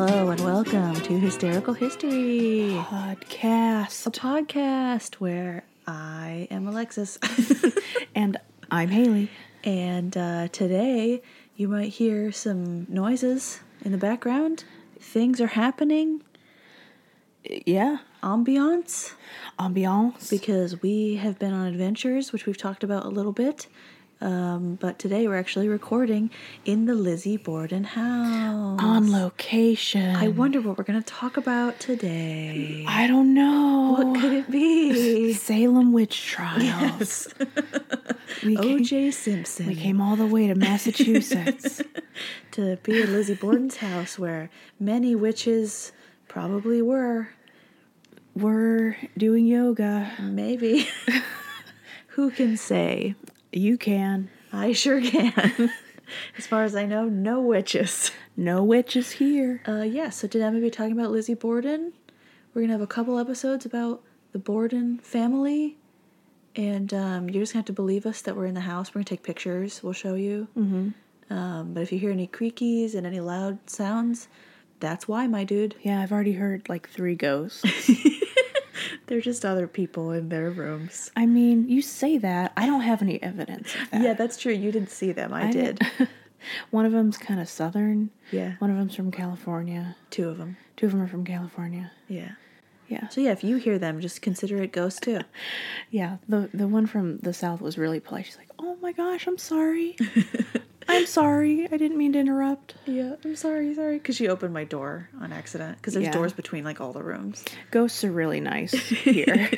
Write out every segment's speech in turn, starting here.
Welcome to Hysterical History, a podcast. podcast where I am Alexis. And I'm Haley. and uh, today you might hear some noises in the background. Things are happening, Yeah. ambiance, Ambiance. because we have been on adventures, which we've talked about a little bit. Um, but today we're actually recording in the Lizzie Borden house. on location. I wonder what we're going to talk about today. I don't know. What could it be? Salem witch trials. Yes. Oh, We, came, OJ we Simpson came all the way to Massachusetts. to be at Lizzie Borden's house where many witches probably were. We're doing yoga. Maybe. Who can say? You can. I sure can. as far as I know, no witches. No witches here. Uh, yeah, so today I'm going to be talking about Lizzie Borden. We're going to have a couple episodes about the Borden family. And um, you're just going to have to believe us that we're in the house. We're going to take pictures. We'll show you. Mm-hmm. Um, but if you hear any creakies and any loud sounds, that's why, my dude. Yeah, I've already heard like three ghosts. They're just other people in their rooms. I mean, you say that. I don't have any evidence of that. Yeah, that's true. You didn't see them. I, I did. didn't- One of them's kind of southern. Yeah. One of them's from California. Two of them. Two of them are from California. Yeah. Yeah. So, yeah, if you hear them, just consider it ghosts too. Yeah. The the one from the south was really polite. She's like, "Oh my gosh, I'm sorry. I'm sorry. I didn't mean to interrupt." Yeah, I'm sorry, sorry. Because she opened my door on accident. Because there's Yeah. doors between like all the rooms. Ghosts are really nice here.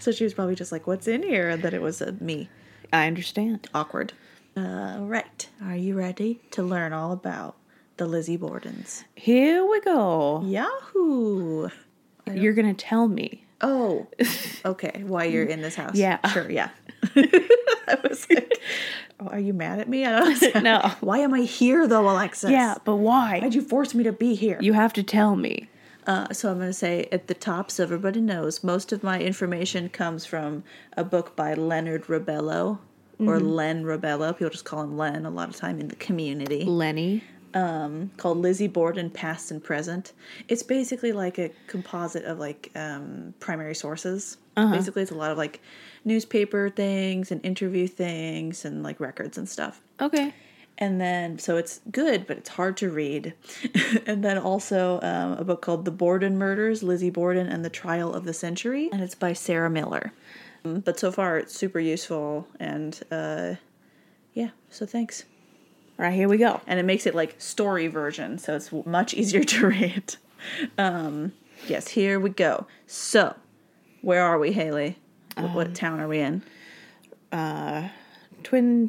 so she was probably just like, "What's in here?" And that it was a me. I understand. Awkward. Uh, right. Are you ready to learn all about the Lizzie Bordens? Here we go. Yahoo! You're going to tell me. Oh, okay. Why you're in this house? Yeah. Sure. Yeah. I was like, oh, "Are you mad at me?" I was like, No. Why am I here though, Alexis? Yeah, but why? Why'd you force me to be here? You have to tell me. Uh, so I'm going to say at the top, so everybody knows, most of my information comes from a book by Leonard Ribello or Len Ribello. People just call him Len a lot of time in the community. Lenny. Um, called Lizzie Borden, Past and Present. It's basically like a composite of like um, primary sources. Basically, it's a lot of like newspaper things and interview things and like records and stuff. Okay. And then, so it's good, but it's hard to read. and then also um, a book called The Borden Murders Lizzie Borden and the Trial of the Century. And it's by Sarah Miller. Mm, But so far, it's super useful. And uh, yeah, so thanks. All right, here we go. And it makes it like story version, so it's much easier to read. Um, yes, here we go. So, where are we, Haley? What, what town are we in? Twin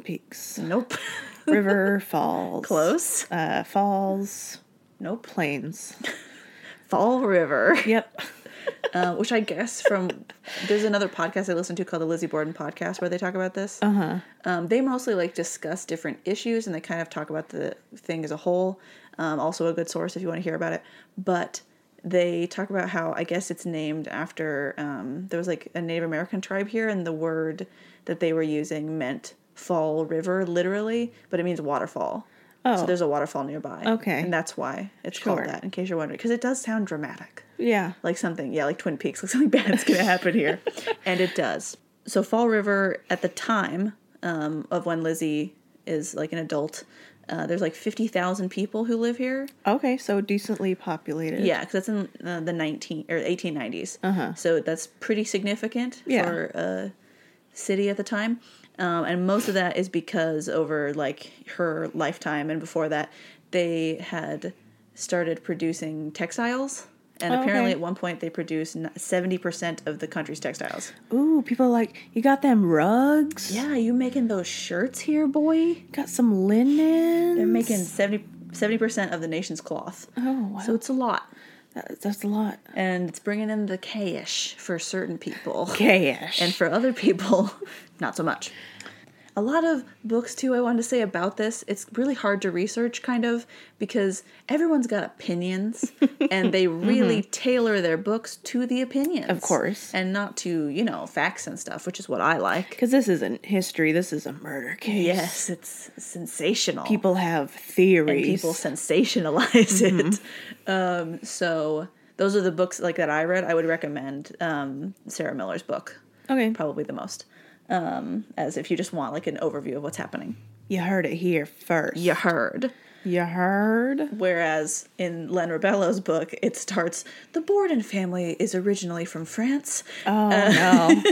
Peaks, Nope. River Falls, Close. uh, Falls, Nope. Plains. Fall River. Yep. uh, which I guess from there's another podcast I listen to called the Lizzie Borden podcast where they talk about this. Uh Uh-huh. huh. Um, they mostly like discuss different issues and they kind of talk about the thing as a whole. Um, also, a good source if you want to hear about it. But they talk about how I guess it's named after um, there was like a Native American tribe here, and the word that they were using meant fall river literally, but it means waterfall. So Oh. there's a waterfall nearby. Okay. And that's why it's Sure. called that, in case you're wondering. Because it does sound dramatic Yeah. like something yeah like twin peaks like something bad's gonna happen here and it does so fall river at the time um, of when lizzie is like an adult uh, there's like 50000 people who live here Okay, so decently populated. yeah because that's in uh, the 19 or 1890s uh-huh. so that's pretty significant Yeah. for a city at the time um, and most of that is because over like her lifetime and before that they had started producing textiles and Oh, apparently okay. at one point they produced n- 70% of the country's textiles Ooh, people are like, you got them rugs? yeah you making those shirts here boy You got some linen? they're making 70, 70% of the nation's cloth Oh, wow. so it's a lot that, that's a lot. and it's bringing in the cash for certain people Cash. and for other people, not so much. a lot of books too I wanted to say about this. It's really hard to research kind of because everyone's got opinions and they really tailor their books to the opinions. Mm-hmm. Of course. And not to, you know, facts and stuff, which is what I like. Because this isn't history. This is a murder case. Yes, it's sensational. People have theories. people sensationalize it. Mm-hmm. Um, so those are the books like that I read. I would recommend um, Sarah Miller's book okay. probably the most, um, as if you just want like an overview of what's happening. You heard it here first. You heard. You heard? Whereas in Len Ribello's book, it starts the Borden family is originally from France, Oh, no.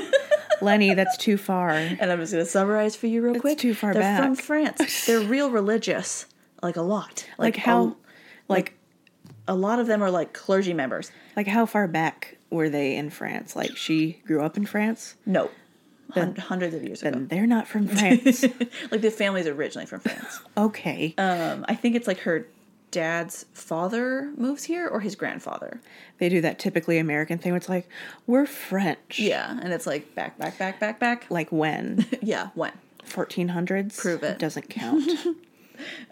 Lenny, that's too far. and I'm just going to summarize for you real quick. too far They're from back. France. They're real religious, like a lot. Like a- how like a lot of them are like clergy members. like how far back were they in France? Like she grew up in France? No, Hun- hundreds of years ago. And they're not from France. like the family's originally from France. Uh, okay. Um, I think it's like her dad's father moves here or his grandfather. they do that typically American thing where it's like, we're French. Yeah, and it's like back, back, back, back, back. Like when? Yeah, when? 1400s? Prove it. Doesn't count.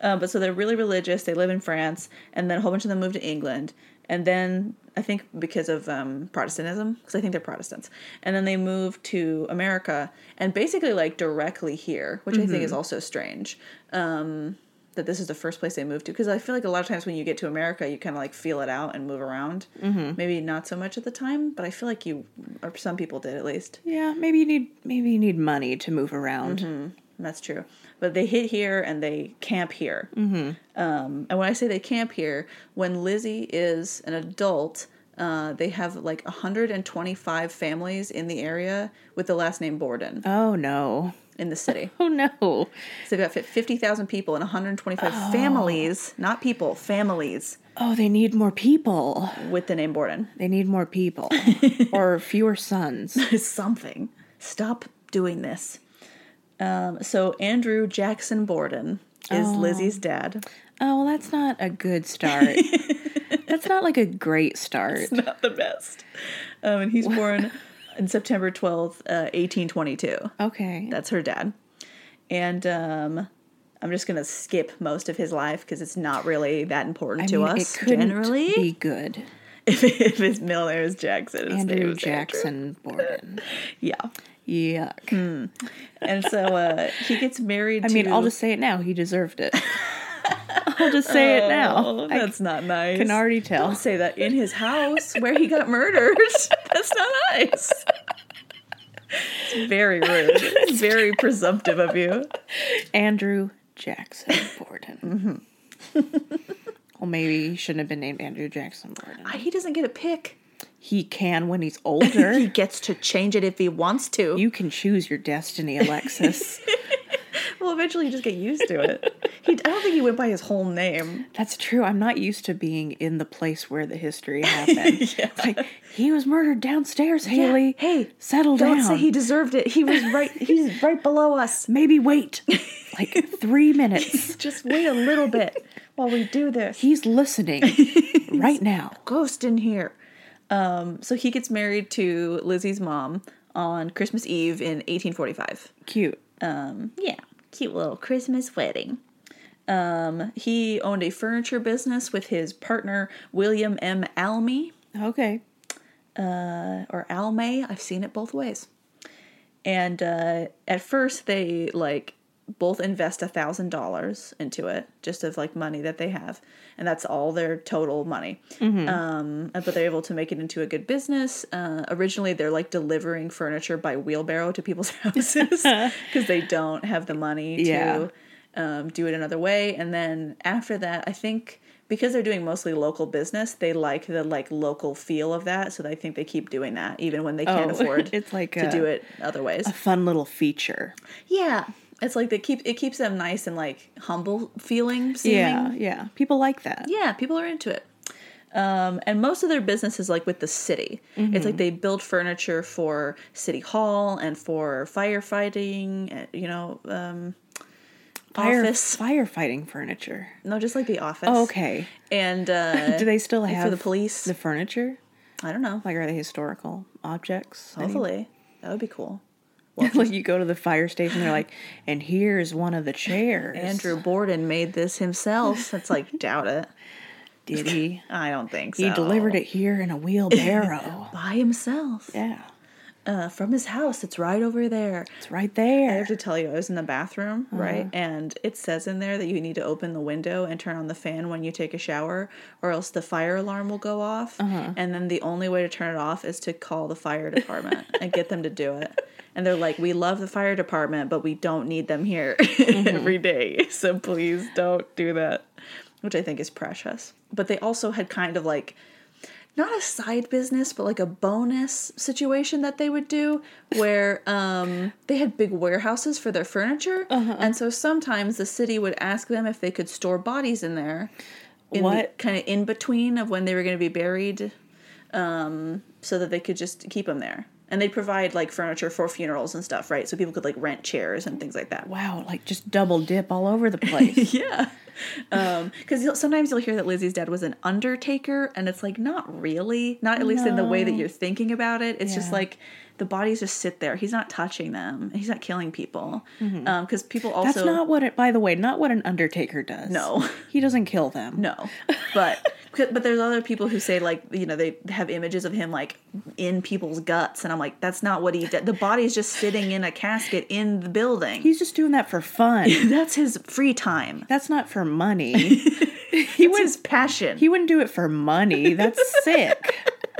Um, but so they're really religious. They live in France, and then a whole bunch of them moved to England, and then I think because of um, Protestantism, because I think they're Protestants, and then they moved to America, and basically like directly here, which I think is also strange. Um, that this is the first place they moved to, because I feel like a lot of times when you get to America, you kind of like feel it out and move around. Maybe not so much at the time, but I feel like you, or some people did at least. yeah, maybe you need maybe you need money to move around. Mm-hmm. That's true. But they hit here and they camp here. Mm-hmm. Um, and when I say they camp here, when Lizzie is an adult, uh, they have like 125 families in the area with the last name Borden Oh no. in the city. Oh no. So they've got fif- 50,000 people and 125 families, not people, families Oh, they need more people. with the name Borden. They need more people or fewer sons. Something. Stop doing this. Um, so Andrew Jackson Borden is Lizzie's dad. Oh, well, that's not a good start. that's not like a great start. not the best. Um, and he's born on September 12th, uh, 1822. Okay. That's her dad. And um, I'm just going to skip most of his life because it's not really that important I to mean, us it couldn't generally. be good. if, if his middle name is Jackson, his name Andrew is Andrew. Jackson Borden. Yeah. Yuck. And so uh, he gets married I mean, to. I'll just say it now. He deserved it. I'll just say it now. Oh, I that's not nice. can already tell. Don't say that in his house where he got murdered. That's not nice. It's very rude. It's very presumptive of you. Andrew Jackson Borden. well, maybe he shouldn't have been named Andrew Jackson Borden. He doesn't get a pick. He can when he's He older. gets to change it if he wants to. you can choose your destiny, Alexis. well, eventually you just get used to it. He, I don't think he went by his whole name. That's true. I'm not used to being in the place where the history happened. It's like he was murdered downstairs, Haley. Hey, settle Don't down. say he deserved it. He was right. He's right below us. Maybe wait like three minutes. Just wait a little bit while we do this. He's listening right now. ghost in here. Um, so he gets married to Lizzie's mom on Christmas Eve in 1845. Cute. Um, yeah, cute little Christmas wedding. Um, he owned a furniture business with his partner William M. Almy Okay. or Almay. I've seen it both ways. And uh, at first, they like both invest a thousand dollars into it, just of like money that they have, and that's all their total money. Mm-hmm. Um, but they're able to make it into a good business. Uh, originally, they're like delivering furniture by wheelbarrow to people's houses because they don't have the money Yeah. to um, do it another way. And then after that, I think because they're doing mostly local business, they like the like local feel of that. So I think they keep doing that even when they can't Oh, afford it's like to a- do it other ways. Fun little feature. yeah, it's like they keep it keeps them nice and like humble feeling. Seeming. Yeah, yeah. People like that. Yeah, people are into it. Um, and most of their business is like with the city. It's Mm-hmm. like they build furniture for city hall and for firefighting. uh, You know, um, office. Firefighting furniture. No, just like the office. Oh, Okay. And uh, Do they still have for the police? the furniture? I don't know. Like are they historical objects? Any- Hopefully, that would be cool. Walter like you go to the fire station, they're like, and here's one of the chairs. Andrew Borden made this himself. It's like doubt it. did he? I don't think so. He delivered it here in a wheelbarrow. by himself yeah, uh, from his house. It's right over there. Uh-huh. it's right I there. have to tell you, I was in the bathroom, right? And it says in there that you need to open the window and turn on the fan when you take a shower, or else the fire alarm will go off. And then the only way to turn it off is to call the fire department and get them to do it. And they're like, "We love the fire department, but we don't need them here every day. So please don't do that." Which I think is precious. But they also had kind of like not a side business, but like a bonus situation that they would do where um, they had big warehouses for their furniture. And so sometimes the city would ask them if they could store bodies in there. In What? Kind of in between of when they were going to be buried um, so that they could just keep them there. And they provide like furniture for funerals and stuff, right? So people could like rent chairs and things like that. Wow, like just double dip all over the place. Yeah. Because you'll sometimes you'll hear that Lizzie's dad was an undertaker, and it's like, not really. Not at least in the way that you're thinking about it. It's just Yeah. like the bodies just sit there. He's not touching them, he's not killing people. Because people also. Mm-hmm. That's not what it. By the way, not what an undertaker does. No. he doesn't kill them. No, but but there's other people who say like you know they have images of him like in people's guts, and I'm like that's not what he did. The body's just sitting in a casket in the building. he's just doing that for fun. that's his free time. That's not for money. He was his passion. He wouldn't do it for money. That's sick.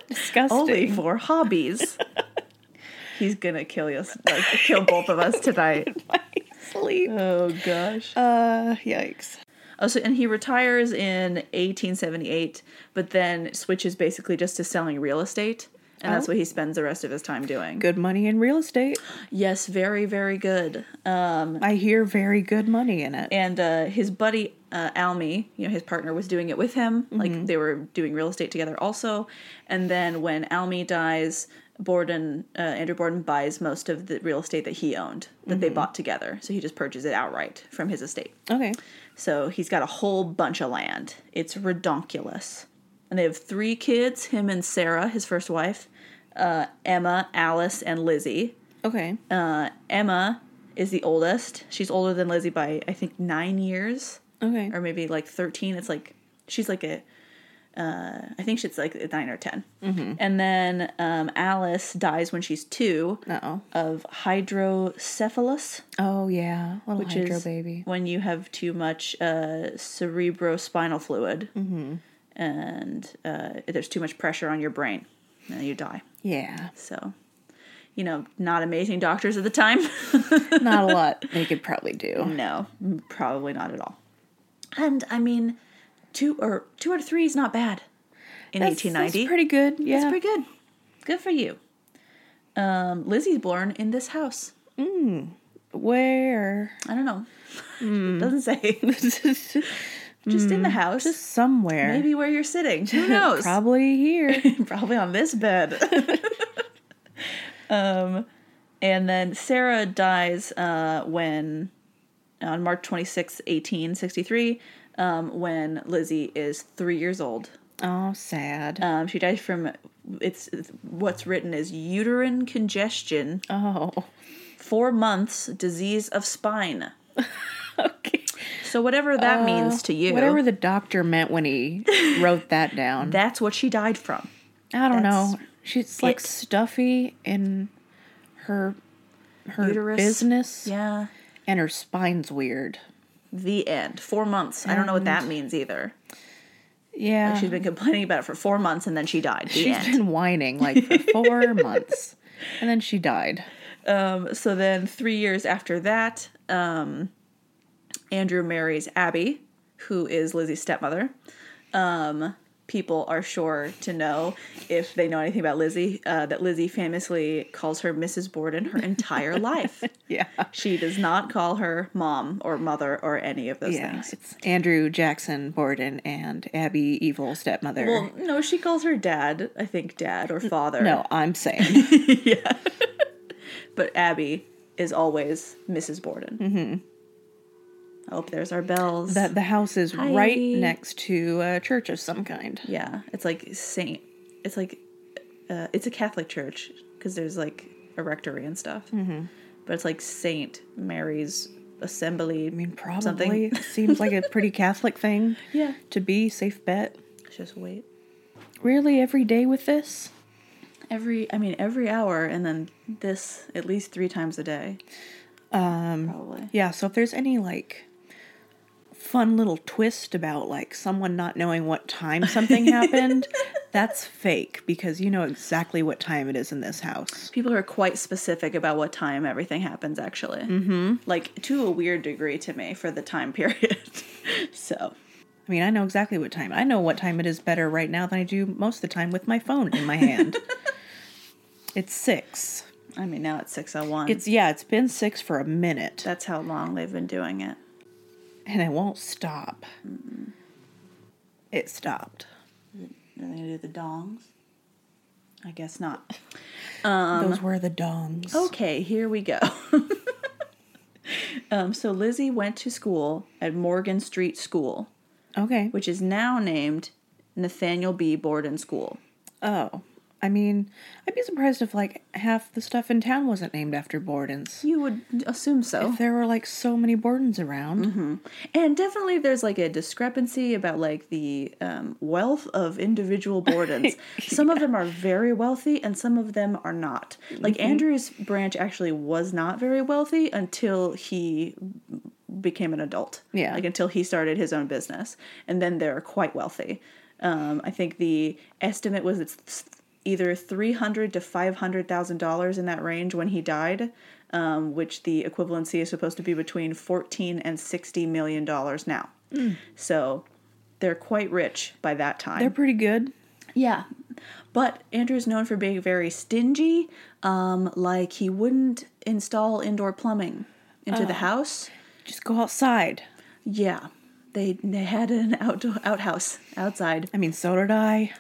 Disgusting. only for hobbies. He's gonna kill us, like kill both of us tonight. Sleep. Oh gosh. Uh, yikes. Oh, so and he retires in 1878, but then switches basically just to selling real estate, and that's what he spends the rest of his time doing. Good money in real estate. Yes, very, very good. I hear very good money in it. and uh, his buddy uh, Almy, you know, his partner was doing it with him. Like they were doing real estate together, also. And then when Almy dies, Borden, uh, Andrew Borden, buys most of the real estate that he owned that they bought together. So he just purchases it outright from his estate. Okay. So he's got a whole bunch of land. It's redonkulous. And they have three kids: him and Sarah, his first wife, uh, Emma, Alice, and Lizzie. Okay. Uh, Emma is the oldest. She's older than Lizzie by I think nine years Okay. or maybe like 13 it's like she's like a uh, I think she's like a nine or 10 Mm-hmm. and then um, alice dies when she's two Uh-oh. of hydrocephalus Oh yeah, little which hydro is baby. when you have too much uh, cerebrospinal fluid Mm-hmm. and uh, there's too much pressure on your brain and you die Yeah, so you know not amazing doctors at the time not a lot they could probably do. No, probably not at all. And I mean, two or two out of three is not bad in That's, eighteen that's ninety. pretty good. Yeah. That's pretty good. Good for you. Um, Lizzie's born in this house. Where? I don't know. Hmm. Doesn't say. Just in the house. Somewhere. Maybe where you're sitting. Who knows? Hmm. Probably here. Probably on this bed. um, and then Sarah dies uh, when on March twenty sixth, 1863, um, when Lizzie is three years old. oh, sad. Um, she dies from it's what's written as uterine congestion, oh. four months, disease of spine. Okay. So whatever that means to you, Uh, Whatever the doctor meant when he wrote that down. that's what she died from. I don't know. that's She's like it. stuffy in her her Uterus. business Yeah. and her spine's weird. The end. Four months. I don't know what that means either. Yeah. She's been complaining about it for four months and then she died. The Um. She's end. been whining like for four months, and then she died. Um, so then, three years after that, um, Andrew marries Abby, who is Lizzie's stepmother. Um, people are sure to know, if they know anything about Lizzie, uh, that Lizzie famously calls her Mrs. Borden her entire life. Yeah, She does not call her mom or mother or any of those yeah. things. It's Andrew Jackson Borden and Abby Evil stepmother. Well, er, no, she calls her dad, I think dad or father. no, I'm saying But Abby is always Mrs. Borden. Mm-hmm. Oh, there's our bells. that the house is right Hi. next to a church of some kind. Yeah, it's like Saint. Mm-hmm. It's like uh, it's a Catholic church because there's like a rectory and stuff. but it's like Saint Mary's Assembly. I mean, probably Something. seems like a pretty Catholic thing Yeah. to be. Safe bet. Just wait. Really, every day with this. Every, I mean, every hour, and then this at least three times a day. Um, Probably. Yeah, so if there's any like fun little twist about like someone not knowing what time something happened, that's fake because you know exactly what time it is in this house. People are quite specific about what time everything happens, actually. Mm-hmm. Like, to a weird degree to me for the time period. so, I mean, I know exactly what time. I know what time it is better right now than I do most of the time with my phone in my hand. it's 6. I mean, now it's 6.01. It's yeah, it's been 6 for a minute That's how long they've been doing it. and it won't stop. It stopped. Are they going to do the dongs? I guess not. Um, Oh. Those were the dongs. Okay, here we go. um, so Lizzie went to school at Morgan Street School, Okay. which is now named Nathaniel B. Borden School. Oh, I mean, I'd be surprised if like half the stuff in town wasn't named after Bordens. You would assume so. There were like so many Bordens around. Mm-hmm. And definitely there's like a discrepancy about like the um, wealth of individual Bordens. Some of them are very wealthy and some of them are not. Like Andrew's branch actually was not very wealthy until he became an adult. Yeah. Like until he started his own business. And then they're quite wealthy. Um, I think the estimate was it's either three hundred to five hundred thousand dollars in that range when he died, um, which the equivalency is supposed to be between fourteen and sixty million dollars now. So they're quite rich by that time. They're pretty good. Yeah. But Andrew's known for being very stingy. Um, like he wouldn't install indoor plumbing into the house. Just go outside. Yeah. They they had an outdoor outhouse outside. I mean, so did I.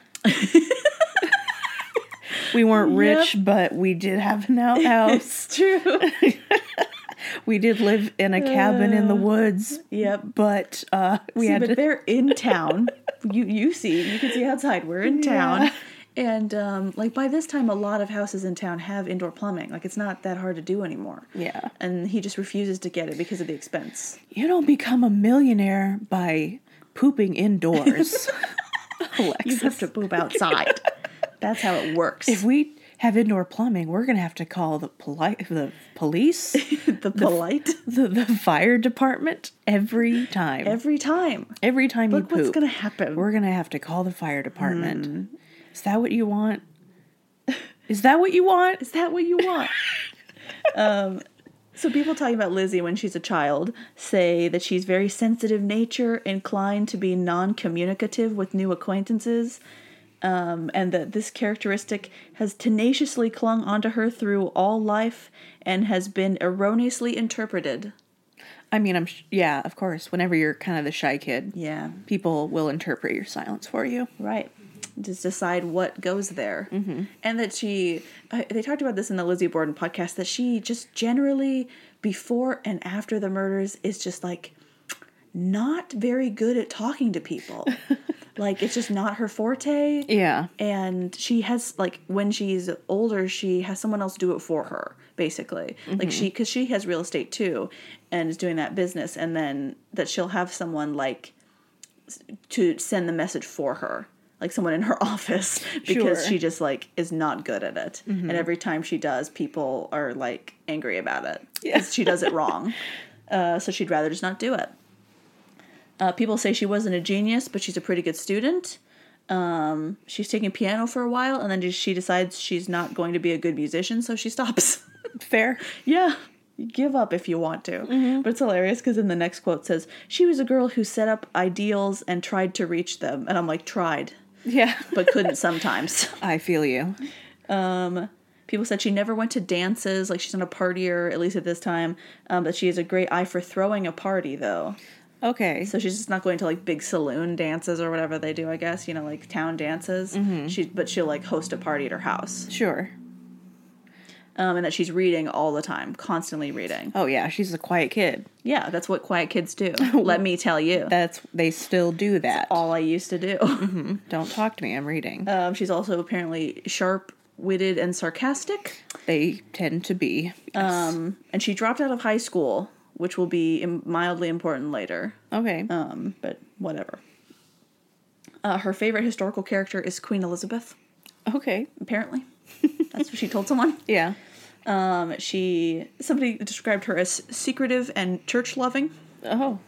we weren't rich, but we did have an outhouse. It's true. we did live in a cabin in the woods, yep. but uh, we Uh. See, had but to. they're in town. you you see, you can see outside. We're in town. And um, like by this time a lot of houses in town have indoor plumbing. Like it's not that hard to do anymore. Yeah. And he just refuses to get it because of the expense. You don't become a millionaire by pooping indoors, You Alexis. have to poop outside. That's how it works. If we have indoor plumbing, we're gonna have to call the polite the police, the polite the, the fire department every time. Every, every time. time Look you what's poop, gonna happen. Mm-hmm. we're gonna have to call the fire department. Is that what you want? Is that what you want? Is that what you want? um, so people talking about Lizzie when she's a child say that she's very sensitive nature, inclined to be non-communicative with new acquaintances, um, and that this characteristic has tenaciously clung onto her through all life and has been erroneously interpreted. I mean, I'm sh- yeah, of course. Whenever you're kind of the shy kid, Yeah, people will interpret your silence for you. Right. Just decide what goes there. And that she, I they talked about this in the Lizzie Borden podcast, that she just generally, before and after the murders, is just like not very good at talking to people. like it's just not her forte. Yeah, And she has, like, when she's older, she has someone else do it for her, basically. Like, she, because she has real estate too and is doing that business. And then that she'll have someone, like, to send the message for her like someone in her office because Sure. Mm-hmm. she just like is not good at it and every time she does people are like angry about it 'cause Yeah. she does it wrong uh, so she'd rather just not do it uh, people say she wasn't a genius but she's a pretty good student um, she's taking piano for a while and then she decides she's not going to be a good musician so she stops fair. yeah. You give up if you want to. But it's hilarious because in the next quote says, She was a girl who set up ideals and tried to reach them. And I'm like, tried, Yeah, but couldn't sometimes. I feel you. Um, people said she never went to dances, like she's not a partier, at least at this time. Um, but she has a great eye for throwing a party, though. Okay, So she's just not going to like big saloon dances or whatever they do, I guess, you know, like town dances. She, but she'll like host a party at her house. sure. Um, and that she's reading all the time, constantly reading. Oh yeah, she's a quiet kid. Yeah, that's what quiet kids do. Let me tell you. That's they still do that. all I used to do. Mm-hmm. Don't talk to me. I'm reading. Um, she's also apparently sharp witted and sarcastic. They tend to be. Um, and she dropped out of high school, which will be im- mildly important later. Okay. Um, but whatever. Uh, her favorite historical character is Queen Elizabeth. okay. Apparently, that's what she told someone. Yeah. Um, she somebody described her as secretive and church loving, Oh.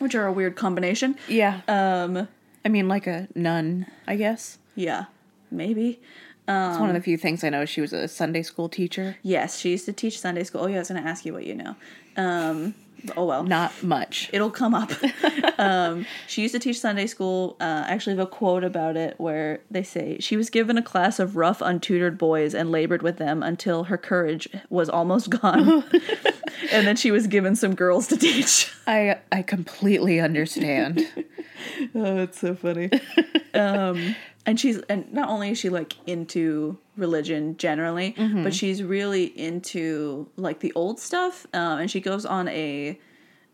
which are a weird combination. Yeah. Um, I mean, like a nun, I guess. yeah, maybe. It's one of um, the few things I know. She was a Sunday school teacher. Yes, she used to teach Sunday school. Oh yeah, I was going to ask you what you know. Um, oh well, Not much. it'll come up. um, she used to teach Sunday school. Uh, I actually have a quote about it where they say she was given a class of rough, untutored boys and labored with them until her courage was almost gone, and then she was given some girls to teach. I I completely understand. Oh, that's so funny. um, and she's and not only is she like into religion generally, but she's really into like the old stuff. Um, and she goes on a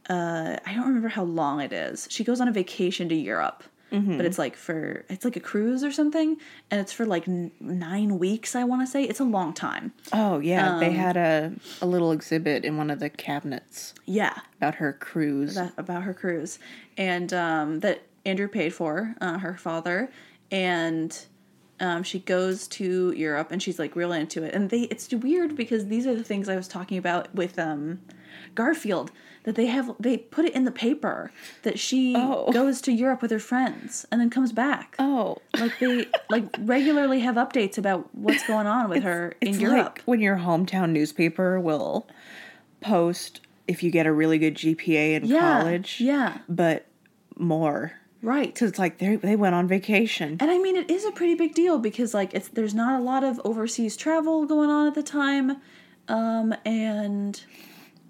uh, I don't remember how long it is. She goes on a vacation to Europe. But it's like for it's like a cruise or something, and it's for like n- nine weeks. I want to say it's a long time. oh yeah, they Um, had a a little exhibit in one of the cabinets Yeah, about her cruise. that, about her cruise and um, that Andrew paid for uh, her father and um, she goes to Europe and she's like real into it and they it's weird because these are the things I was talking about with um, Garfield that they have they put it in the paper that she Oh. goes to Europe with her friends and then comes back oh, like they like regularly have updates about what's going on with her in it's Europe like when your hometown newspaper will post if you get a really good GPA in yeah college. yeah but more right because it's like they they went on vacation. And I mean, it is a pretty big deal because like it's there's not a lot of overseas travel going on at the time, um, and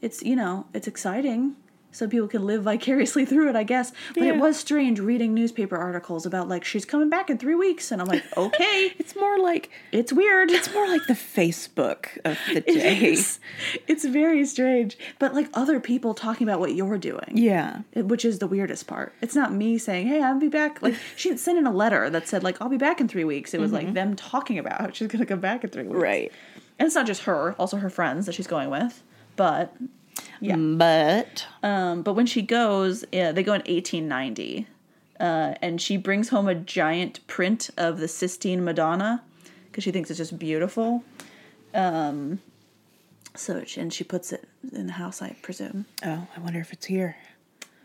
it's you know it's exciting, so people can live vicariously through it, I guess. But it Yeah. was strange reading newspaper articles about like she's coming back in three weeks, and I'm like, okay, It's more like it's weird. it's more like the Facebook of the It day. is. It's very strange, but like other people talking about what you're doing. Yeah. which is the weirdest part. It's not me saying, "Hey, I'll be back." Like she had sent in a letter that said, "Like I'll be back in three weeks." It was like them talking about how she's gonna come back in three weeks, Right. And it's not just her, also her friends that she's going with. But Yeah. But um, but when she goes, yeah, they go in 1890, uh, and she brings home a giant print of the Sistine Madonna because she thinks it's just beautiful. Um, so she- and she puts it in the house, I presume. oh, I wonder if it's here.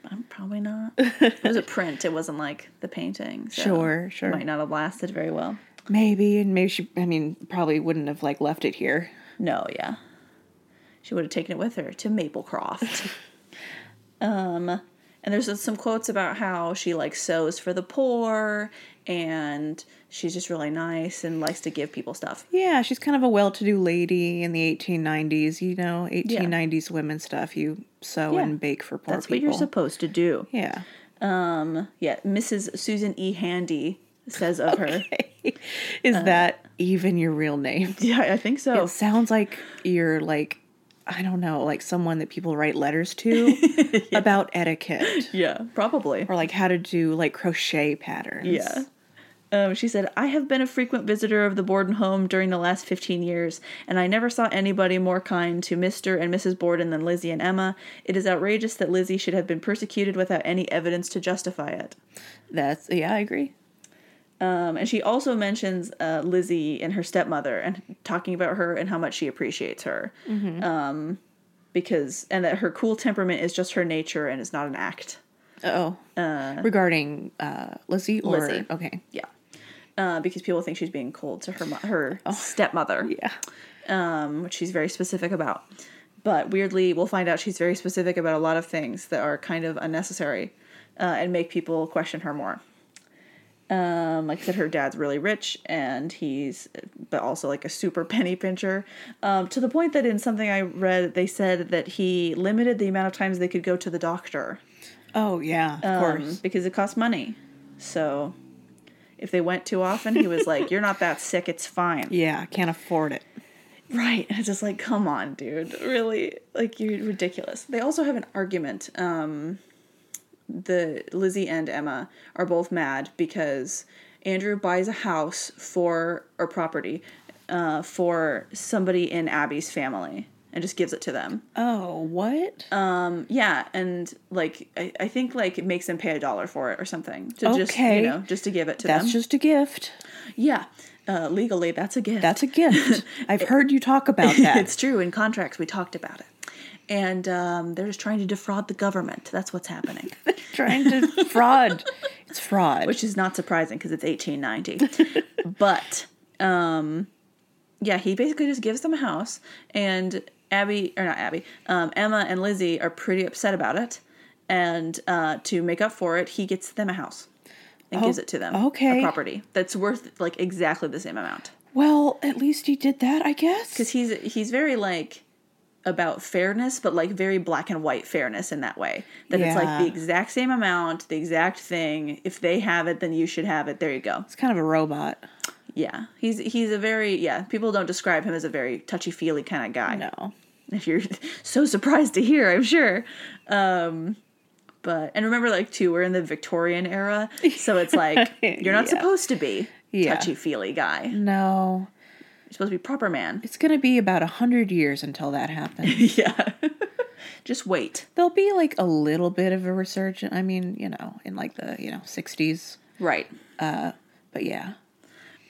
I'm probably not. It was a print. It wasn't like the painting. so Sure, it sure. Might not have lasted very well. Maybe and maybe she. I mean, probably wouldn't have like left it here. No, yeah. She would have taken it with her to Maplecroft. um, and there's some quotes about how she like sews for the poor, and she's just really nice and likes to give people stuff. Yeah, she's kind of a well-to-do lady in the 1890s. You know, 1890s women stuff. You sew Yeah. and bake for poor That's what people. you're supposed to do. yeah. Um, yeah. Mrs. Susan E. Handy says of her. Is Uh. that even your real name? Yeah, I think so. It sounds like you're like, I don't know, like someone that people write letters to about etiquette Yeah, probably. or like how to do like crochet patterns. Yeah. Um, she said, I have been a frequent visitor of the Borden home during the last 15 years, and I never saw anybody more kind to Mr. and Mrs. Borden than Lizzie and Emma. It is outrageous that Lizzie should have been persecuted without any evidence to justify it. That's, yeah, I agree. Um, and she also mentions uh, Lizzie and her stepmother and talking about her and how much she appreciates her. Um, because, and that her cool temperament is just her nature and is not an act. Oh. Regarding uh, Lizzie or, Lizzie. okay. Yeah. Uh, because people think she's being cold to her mo- her stepmother. Yeah. um, which she's very specific about. But weirdly, we'll find out she's very specific about a lot of things that are kind of unnecessary uh, and make people question her more. Um, like I said, her dad's really rich and he's, but also like a super penny pincher. Um, to the point that in something I read, they said that he limited the amount of times they could go to the doctor Oh, yeah, of um, course. because it costs money. So if they went too often, he was like, You're not that sick, it's fine. Yeah, can't afford it. Right. And it's just like, come on, dude. Really? Like, you're ridiculous. They also have an argument. Um, the Lizzie and Emma are both mad because Andrew buys a house for or property uh, for somebody in Abby's family and just gives it to them. Oh, what? Um, yeah, and like I, I think like it makes them pay a dollar for it or something to just you Okay. know just to give it to that's them. just a gift. yeah, uh, legally that's a gift. That's a gift. I've heard you talk about that. it's true. In contracts, we talked about it, and um, they're just trying to defraud the government. That's what's happening, Trying to fraud. It's fraud. which is not surprising because it's 1890. but um, yeah, he basically just gives them a house, and Abby or not Abby, um, Emma and Lizzie are pretty upset about it, and uh, to make up for it, he gets them a house. And gives it to them. okay. A property that's worth like exactly the same amount. well, at least he did that, I guess. because he's he's very like about fairness but like very black and white fairness in that way that it's like Yeah. the exact same amount the exact thing if they have it then you should have it there you go It's kind of a robot. yeah he's he's a very yeah people don't describe him as a very touchy feely kind of guy No. if you're so surprised to hear i'm sure um but and remember like too we're in the victorian era so it's like you're not Yeah. supposed to be Yeah. touchy feely guy you're No. supposed to be proper man It's going to be about a 100 years until that happens. yeah just wait There'll be like a little bit of a resurgence. I mean, you know, in like the, you know, 60s. right But yeah.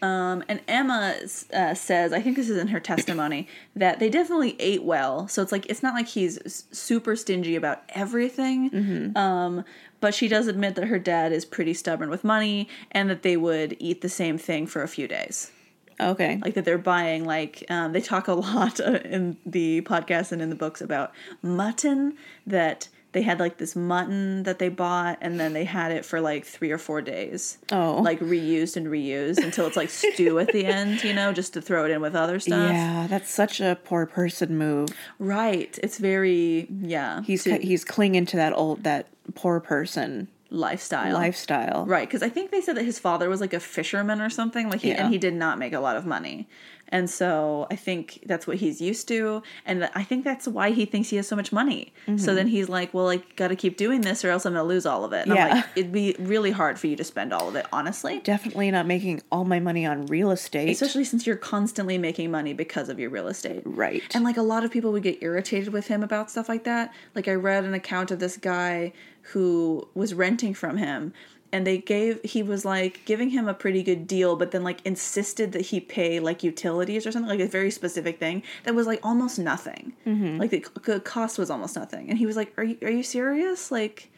Um, and Emma uh, says, I think this is in her testimony, that they definitely ate well. So it's like, it's not like he's s- super stingy about everything. Um, but she does admit that her dad is pretty stubborn with money and that they would eat the same thing for a few days. Okay. Like that they're buying, like, um, they talk a lot uh, in the podcast and in the books about mutton, that they had like this mutton that they bought and then they had it for like three or four days oh. like reused and reused until it's like stew at the end, you know, just to throw it in with other stuff. yeah, that's such a poor person move. Right. It's very yeah. He's to he's clinging to that old that poor person lifestyle. lifestyle. Right, because I think they said that his father was like a fisherman or something, like he, Yeah. and he did not make a lot of money, and so I think that's what he's used to, and that- I think that's why he thinks he has so much money. Mm-hmm. So then he's like, "Well, like, got to keep doing this, or else I'm gonna lose all of it." And I'm Yeah. like, it'd be really hard for you to spend all of it, honestly, Definitely not making all my money on real estate. especially since you're constantly making money because of your real estate. right. And like a lot of people would get irritated with him about stuff like that. Like I read an account of this guy who was renting from him and they gave he was like giving him a pretty good deal but then like insisted that he pay like utilities or something like a very specific thing that was like almost nothing like the, c- the cost was almost nothing and he was like are you, are you serious like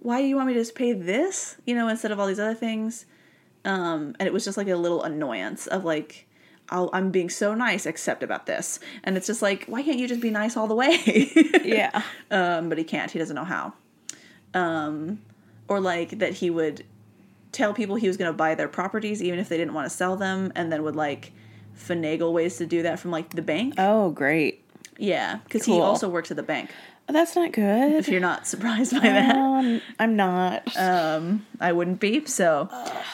why do you want me to just pay this you know instead of all these other things um, and it was just like a little annoyance of like I'll, i'm being so nice except about this and it's just like why can't you just be nice all the way yeah. um, but he can't he doesn't know how um, or like that he would tell people he was going to buy their properties even if they didn't want to sell them and then would like finagle ways to do that from like the bank Oh, great. yeah because he Cool. also works at the bank Oh, that's not if good. you're not surprised by that Um, I'm not. Uh. I wouldn't be. So,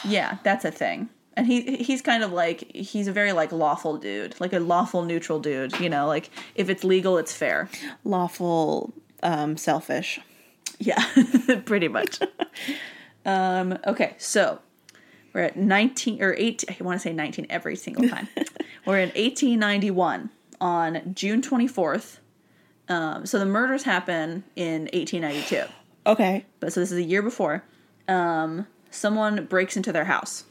yeah, that's a thing. And he he's kind of like he's a very like lawful dude, like a lawful neutral dude. You know, like if it's legal, it's fair. Lawful, um, selfish. Yeah, pretty much. um, okay, so we're at nineteen or eight. I want to say nineteen every single time. we're in eighteen ninety one on June twenty fourth. Um, so the murders happen in eighteen ninety two. Okay. But so this is a year before. Um, someone breaks into their house.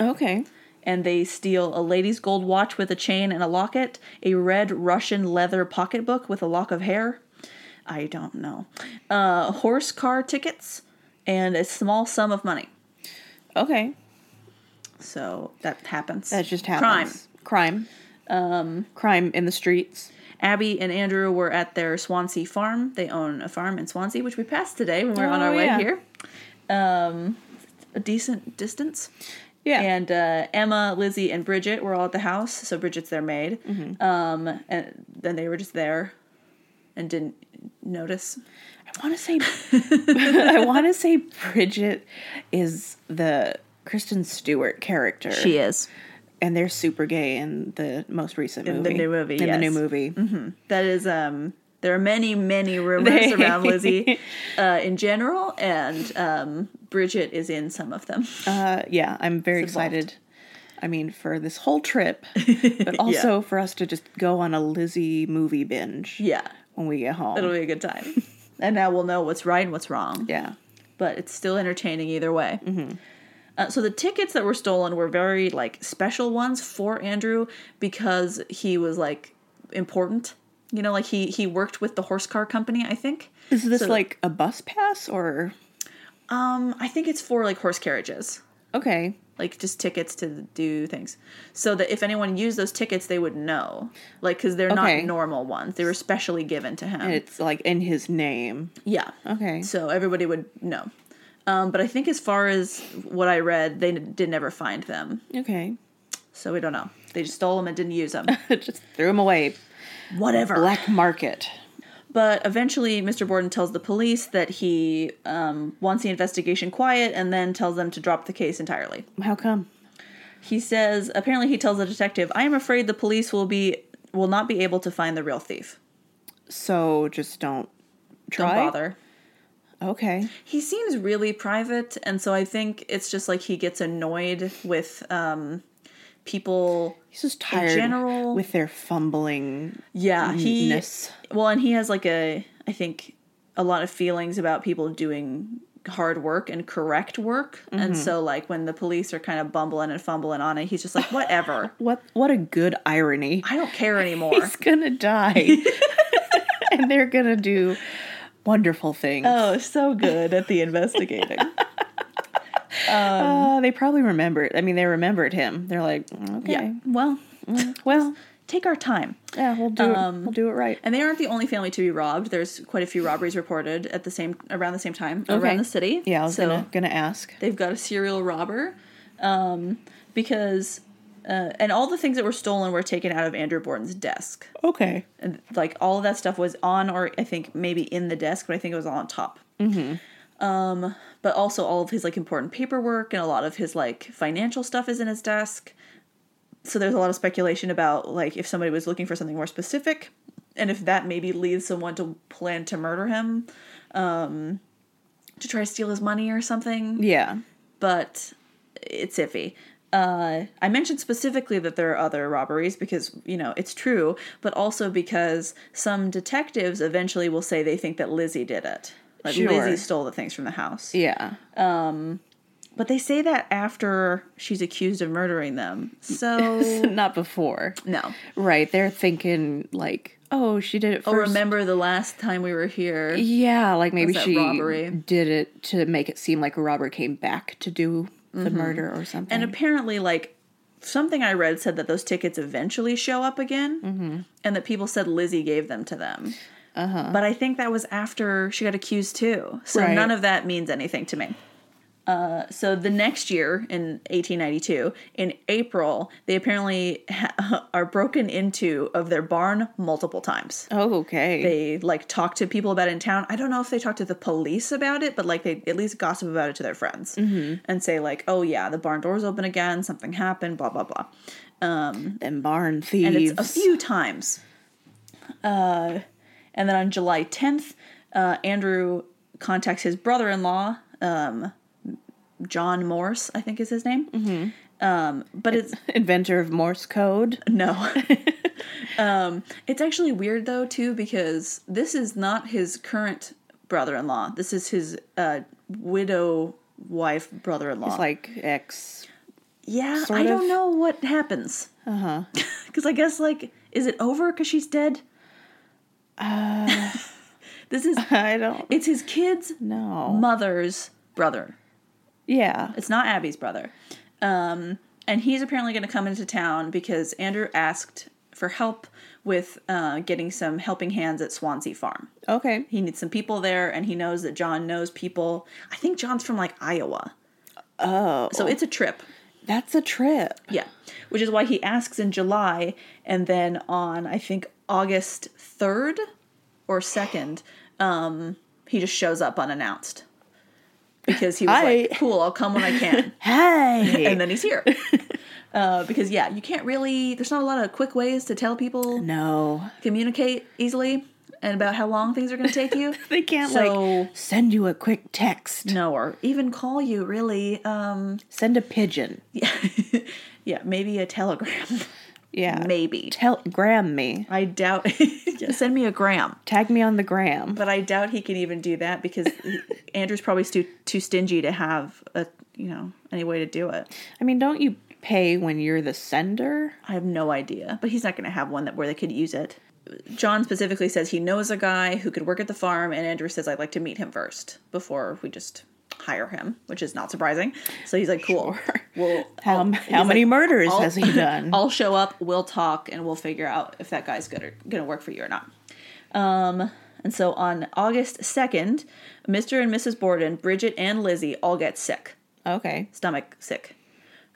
Okay. and they steal a lady's gold watch with a chain and a locket, a red Russian leather pocketbook with a lock of hair. I don't know. Uh, horse car tickets and a small sum of money. Okay. So that happens. That just Crime. happens. Crime. Crime. Um, crime in the streets. Abby and Andrew were at their Swansea farm. They own a farm in Swansea, which we passed today when we were on Oh, our way yeah. here. Um, a decent distance. Yeah. And uh, Emma, Lizzie, and Bridget were all at the house, so Bridget's their maid. Mm-hmm. Um, and then they were just there and didn't notice. I want to say, I want to say Bridget is the Kristen Stewart character. is. and they're super gay in the most recent In movie. the new movie, In the new yes. Mm-hmm. movie. That is. Um, there are many, many rumors They- around Lizzie uh, in general, and um, Bridget is in some of them. Uh, yeah, I'm very It's involved. excited I mean, for this whole trip, but also for us to just go on a Lizzie movie binge Yeah. when we get home. It'll be a good time. and now we'll know what's right and what's wrong. yeah. But it's still entertaining either way. Mm-hmm. Uh, so the tickets that were stolen were very like special ones for Andrew because he was like important. You know, like he he worked with the horse car company, I think. Is this So- like a bus pass or Um, I think it's for like horse carriages. okay? like just tickets to do things so that if anyone used those tickets they would know like because they're Okay. not normal ones they were specially given to him And it's like in his name. yeah Okay. so everybody would know um, but i think as far as what i read they n- did never find them Okay. so we don't know they just stole them and didn't use them just threw him away. whatever Black market. But eventually, Mr. Borden tells the police that he um, wants the investigation quiet and then tells them to drop the case entirely. How come? He says apparently he tells the detective, "I am afraid the police will be will not be able to find the real thief. So just don't Don't try. bother." Okay. He seems really private, and so I think it's just like he gets annoyed with um, people. He's just tired general- with their fumbling. Yeah, he Neatness. well, and he has like a I think a lot of feelings about people doing hard work and correct work, and so like when the police are kind of bumbling and fumbling on it, he's just like, "Whatever, What what a good irony. I don't care anymore." He's gonna die. and they're gonna do wonderful things. Oh, so good at the investigating. Uh, they probably remember it. I mean, they remembered him. They're like, okay, yeah. Well, well, take our time. yeah, we'll do Um, it. We'll do it right. And they aren't the only family to be robbed. There's quite a few robberies reported at the same around the same time Okay. around the city. Yeah, I was so gonna gonna ask. they've got a serial robber, um, because uh, and all the things that were stolen were taken out of Andrew Borden's desk, Okay, and like all of that stuff was on or I think maybe in the desk, but I think it was all on top. Mm-hmm. Um, but also all of his like important paperwork and a lot of his like financial stuff is in his desk. So there's a lot of speculation about like if somebody was looking for something more specific, and if that maybe leads someone to plan to murder him, um, to try to steal his money or something yeah, but it's iffy. Uh, I mentioned specifically that there are other robberies because, you know, it's true, but also because some detectives eventually will say they think that Lizzie did it. Like Sure. Lizzie stole the things from the house. yeah. But they say that after she's accused of murdering them. So, Not before, no. right? They're thinking like, oh, she did it Oh, first. remember the last time we were here? Yeah, like maybe that she robbery? did it to make it seem like a robber came back to do the murder or something. Mm-hmm. And apparently, like, something I read said that those tickets eventually show up again Mm-hmm. and that people said Lizzie gave them to them. Uh-huh. But I think that was after she got accused too. So Right. none of that means anything to me. Uh, so the next year in 1892, in April, they apparently ha- are broken into of their barn multiple times. oh, okay. They like talk to people about it in town. I don't know if they talk to the police about it, but like they at least gossip about it to their friends and say like, "Oh yeah, the barn door's open again. Something happened. Blah blah blah." Them barn and thieves. it's a few times. Uh, and then on July 10th, uh, Andrew contacts his brother in law, um, John Morse, I think is his name. Mm-hmm. Um, but it's Inventor of Morse code. no. um, it's actually weird though, too, because this is not his current brother in law. This is his uh, widow wife brother in law. It's like X. Yeah, sort I don't of. Uh-huh. know what happens. Uh huh. Because I guess like, is it over? Because she's dead. Uh. this is I don't it's his kid's know. mother's brother. Yeah. It's not Abby's brother. Um, and he's apparently going to come into town because Andrew asked for help with uh, getting some helping hands at Swansea Farm. Okay. He needs some people there, and he knows that John knows people. I think John's from like Iowa, Oh, so it's a trip. that's a trip. Yeah, which is why he asks in July, and then on I think August third or second, um, he just shows up unannounced because he was like, Hi. "Cool, I'll come when I can," Hey. and then he's here. Uh, because yeah, you can't really. There's not a lot of quick ways to tell people no, communicate easily and about how long things are going to take you. they can't So- like send you a quick text. no, or even call you really. Um, Send a pigeon. yeah. Yeah, maybe a telegram. Yeah. maybe. Tell gram me. I doubt. Send me a gram. Tag me on the gram. But I doubt he can even do that because he- Andrew's probably too too stingy to have a you know any way to do it. I mean, don't you pay when you're the sender? I have no idea, but he's not going to have one that where they could use it. John specifically says he knows a guy who could work at the farm, and Andrew says I'd like to meet him first before we just hire him, which is not surprising. So he's like, "Cool, we'll How, I'll- how he's many like, murders I'll- has he done? I'll show up, we'll talk, and we'll figure out if that guy's good or going to work for you or not. Um, and so on August 2nd, Mr. and Mrs. Borden, Bridget and Lizzie all get sick, okay. stomach sick.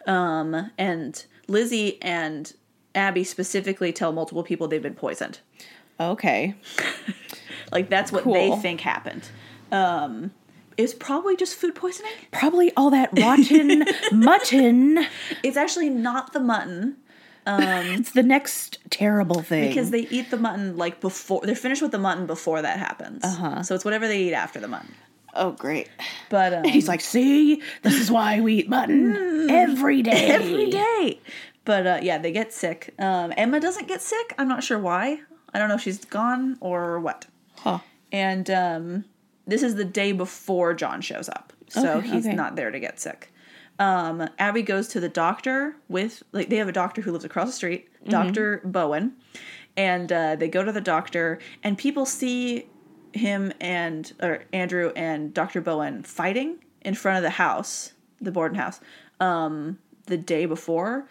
Um, and Lizzie and Abby specifically tell multiple people they've been poisoned. Okay. Like that's what they Cool. think happened. Um, it's probably just food poisoning. Probably all that rotten mutton. It's actually not the mutton. It's the next terrible thing. Because they eat the mutton like before they're finished with the mutton before that happens. Uh-huh. So it's whatever they eat after the mutton. oh, great. But um, Mm. He's like, see, this is why we eat mutton every day. every day. But uh, yeah, they get sick. Um, Emma doesn't get sick. I'm not sure why. I don't know if she's gone or what. Huh. And um, this is the day before John shows up, so Okay, he's okay. not there to get sick. Um, Abby goes to the doctor with like they have a doctor who lives across the street, Mm-hmm. Doctor Bowen, and uh, they go to the doctor, and people see him and or Andrew and Doctor Bowen fighting in front of the house, the Borden house, um, the day before,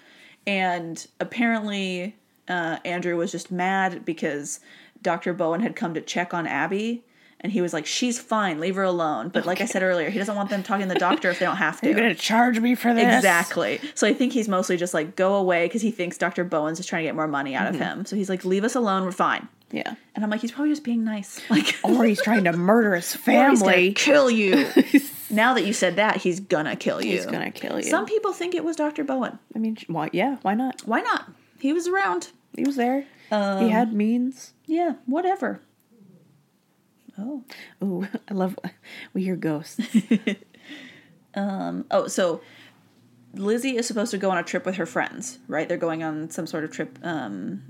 and apparently uh, Andrew was just mad because Dr. Bowen had come to check on Abby. And he was like, she's fine, leave her alone. But like I said earlier, he doesn't want them talking to the doctor if they don't have to. You're going to charge me for this? Exactly. So I think he's mostly just like, go away because he thinks Dr. Bowen's just trying to get more money out Mm-hmm. of him. So he's like, leave us alone, we're fine. Yeah. And I'm like, he's probably just being nice. Like, Or he's trying to murder his "Or he's gonna family. kill you. now that you said that, he's gonna kill you. He's gonna kill you. Some people think it was Dr. Bowen. I mean, why? Yeah, why not? Why not? He was around. He was there. Um, he had means. Yeah, whatever. Oh. Ooh, I love. We hear ghosts. Oh, so Lizzie is supposed to go on a trip with her friends, right? They're going on some sort of trip. Um,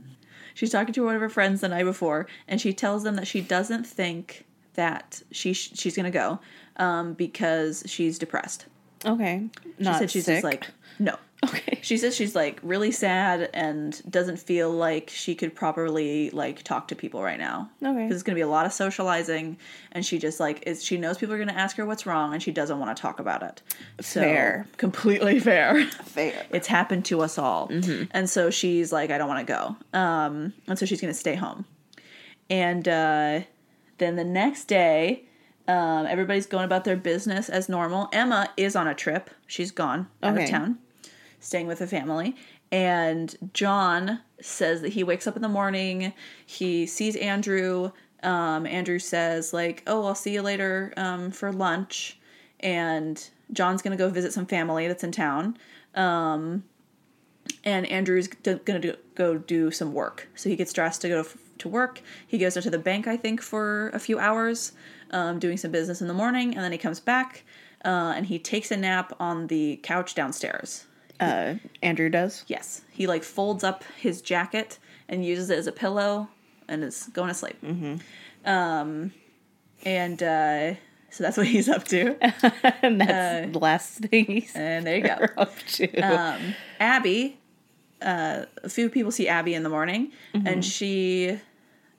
she's talking to one of her friends the night before, and she tells them that she doesn't think that she sh- she's gonna go um, because she's depressed. Okay, She not said she's sick. just like no. okay. She says she's like really sad and doesn't feel like she could properly like talk to people right now. Okay. Because it's gonna be a lot of socializing, and she just like is she knows people are gonna ask her what's wrong, and she doesn't want to talk about it. So, Fair. completely fair. Fair. It's happened to us all, and so she's like, I don't want to go, um, and so she's gonna stay home. And uh, then the next day, um, everybody's going about their business as normal. Emma is on a trip; she's gone out of Okay. town staying with a family. And John says that he wakes up in the morning, he sees Andrew. Um, Andrew says, like, oh, I'll see you later um, for lunch. And John's going to go visit some family that's in town. Um, and Andrew's going to do, go do some work. So he gets dressed to go f- to work. He goes into the bank, I think, for a few hours, um, doing some business in the morning. And then he comes back uh, and he takes a nap on the couch downstairs. Uh, Andrew does. Yes. He like folds up his jacket and uses it as a pillow and is going to sleep. Mm-hmm. Um, and uh, so that's what he's up to. And that's Uh, the last thing he's And there you go. up to. Um, Abby, uh, a few people see Abby in the morning Mm-hmm. and she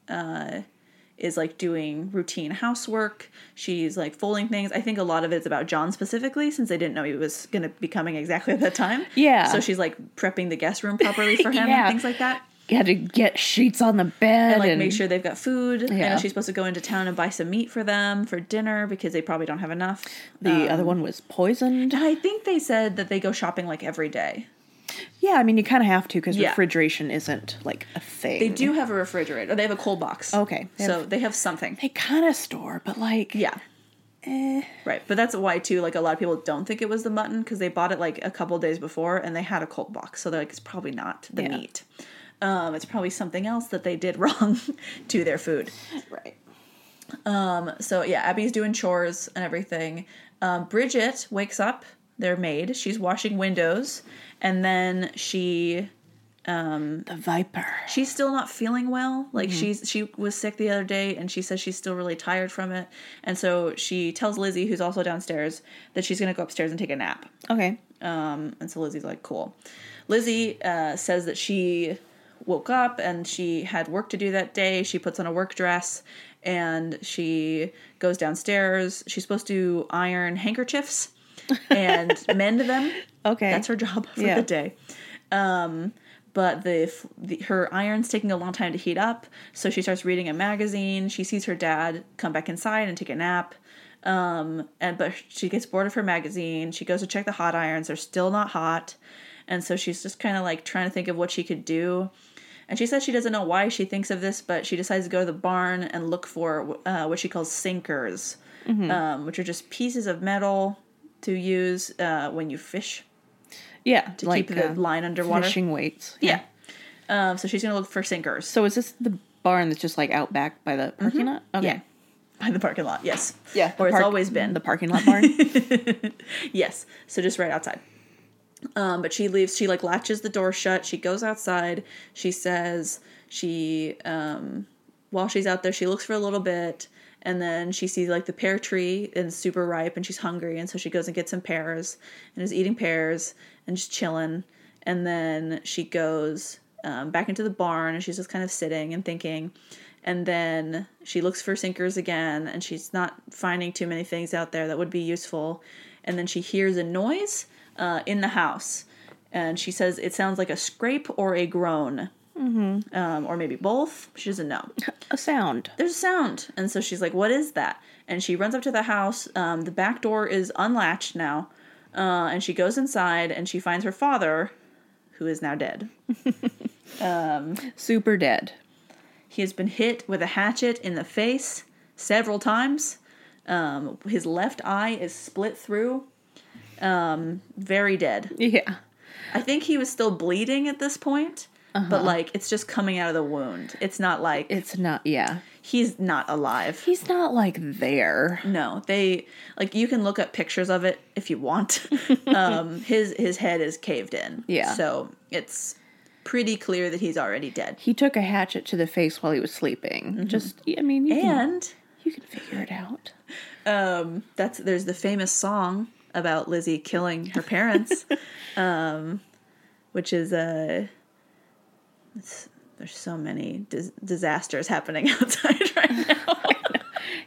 uh, is like doing routine housework. She's like folding things. I think a lot of it's about John specifically since they didn't know he was going to be coming exactly at that time. Yeah. So she's like prepping the guest room properly for him Yeah. and things like that. you had to get sheets on the bed and like and make sure they've got food. I know Yeah. she's supposed to go into town and buy some meat for them for dinner because they probably don't have enough. um, the other one was poisoned. And I think they said that they go shopping like every day. Yeah, I mean you kind of have to because Yeah. refrigeration isn't like a thing. They do have a refrigerator. They have a cold box. Okay. They so they have something. They kind of store, but like Yeah. Eh. Right. But that's why too. Like a lot of people don't think it was the mutton because they bought it like a couple days before and they had a cold box. So they're like, it's probably not the Yeah. meat. Um, it's probably something else that they did wrong to their food. right. So yeah, Abby's doing chores and everything. Um, Bridget wakes up their maid. She's washing windows, and then she The Viper. she's still not feeling well. Like she's she was sick the other day, and she says she's still really tired from it. And so she tells Lizzie, who's also downstairs, that she's gonna go upstairs and take a nap. Okay. Um, and so Lizzie's like, cool. Lizzie uh, says that she woke up and she had work to do that day. She puts on a work dress and she goes downstairs. She's supposed to iron handkerchiefs and mend them. Okay. That's her job for Yeah. the day. Um, but the, f- the her iron's taking a long time to heat up, so she starts reading a magazine. She sees her dad come back inside and take a nap. Um, and but she gets bored of her magazine. She goes to check the hot irons; they're still not hot, and so she's just kind of like trying to think of what she could do. And she says she doesn't know why she thinks of this, but she decides to go to the barn and look for uh, what she calls sinkers, Mm-hmm. um, which are just pieces of metal to use uh, when you fish Yeah. To keep the line underwater. Fishing weights. Yeah. Um, so she's gonna look for sinkers. So is this the barn that's just like out back by the parking lot? Okay. Mm-hmm. yeah, by the parking lot. Yes. Yeah, the Or it's park- always been the parking lot barn. Yes. So just right outside. Um, but she leaves. She like latches the door shut. She goes outside. She says she um, while she's out there, she looks for a little bit, and then she sees like the pear tree and it's super ripe, and she's hungry, and so she goes and gets some pears and is eating pears and just chilling. And then she goes um, back into the barn and she's just kind of sitting and thinking. And then she looks for sinkers again, and she's not finding too many things out there that would be useful. And then she hears a noise uh, in the house, and she says it sounds like a scrape or a groan, mm-hmm. um, or maybe both. She doesn't know. a sound. There's a sound, and so she's like, "What is that?" And she runs up to the house. Um, the back door is unlatched now, uh, and she goes inside, and she finds her father, who is now dead. Super dead. He has been hit with a hatchet in the face several times. Um, his left eye is split through. Um, very dead. Yeah. I think he was still bleeding at this point, but like it's just coming out of the wound. It's not like It's not. Yeah. he's not alive. He's not like there. No, they like you can look up pictures of it if you want. um, his his head is caved in. Yeah. so it's pretty clear that he's already dead. He took a hatchet to the face while he was sleeping. Just. I mean, you Mm-hmm. can, And you can figure it out. um, that's there's the famous song about Lizzie killing her parents, um, which is Uh, it's- there's so many dis- disasters happening outside right now.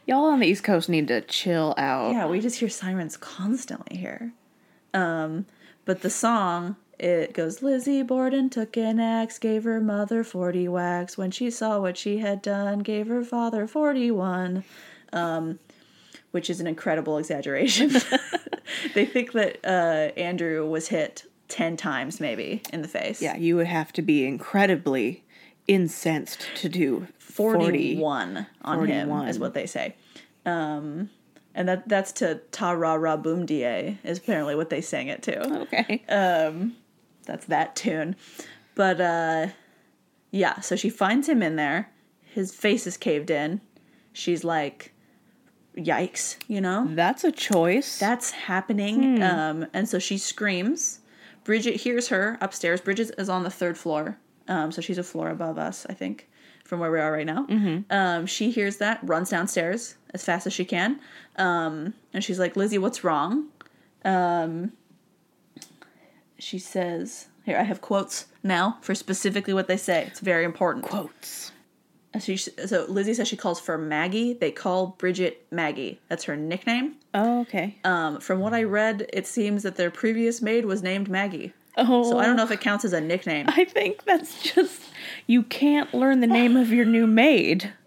Y'all on the East Coast need to chill out. yeah, we just hear sirens constantly here. Um, but the song it goes Lizzie Borden took an axe, gave her mother 40 whacks. When she saw what she had done, gave her father 41. Um, which is an incredible exaggeration. they think that uh, Andrew was hit 10 times maybe in the face. Yeah, You would have to be incredibly incensed to do 40. 41 on him is 41. what they say. Um, and that that's to ta ra ra boom da is apparently what they sang it to. Okay. That's that tune. But uh, yeah, so she finds him in there. His face is caved in. She's like, yikes, you know? That's a choice. That's happening. Um, and so she screams. Bridget hears her upstairs. Bridget is on the third floor. Um, so she's a floor above us, I think, from where we are right now. Um, she hears that, runs downstairs as fast as she can. Um, and she's like, Lizzie, what's wrong? Um, she says, Here, I have quotes now for specifically what they say. It's very important. quotes. She, so Lizzie says she calls for Maggie. They call Bridget Maggie. That's her nickname. Oh, okay. Um, from what I read, it seems that their previous maid was named Maggie. oh. So I don't know if it counts as a nickname. I think that's just you can't learn the name of your new maid.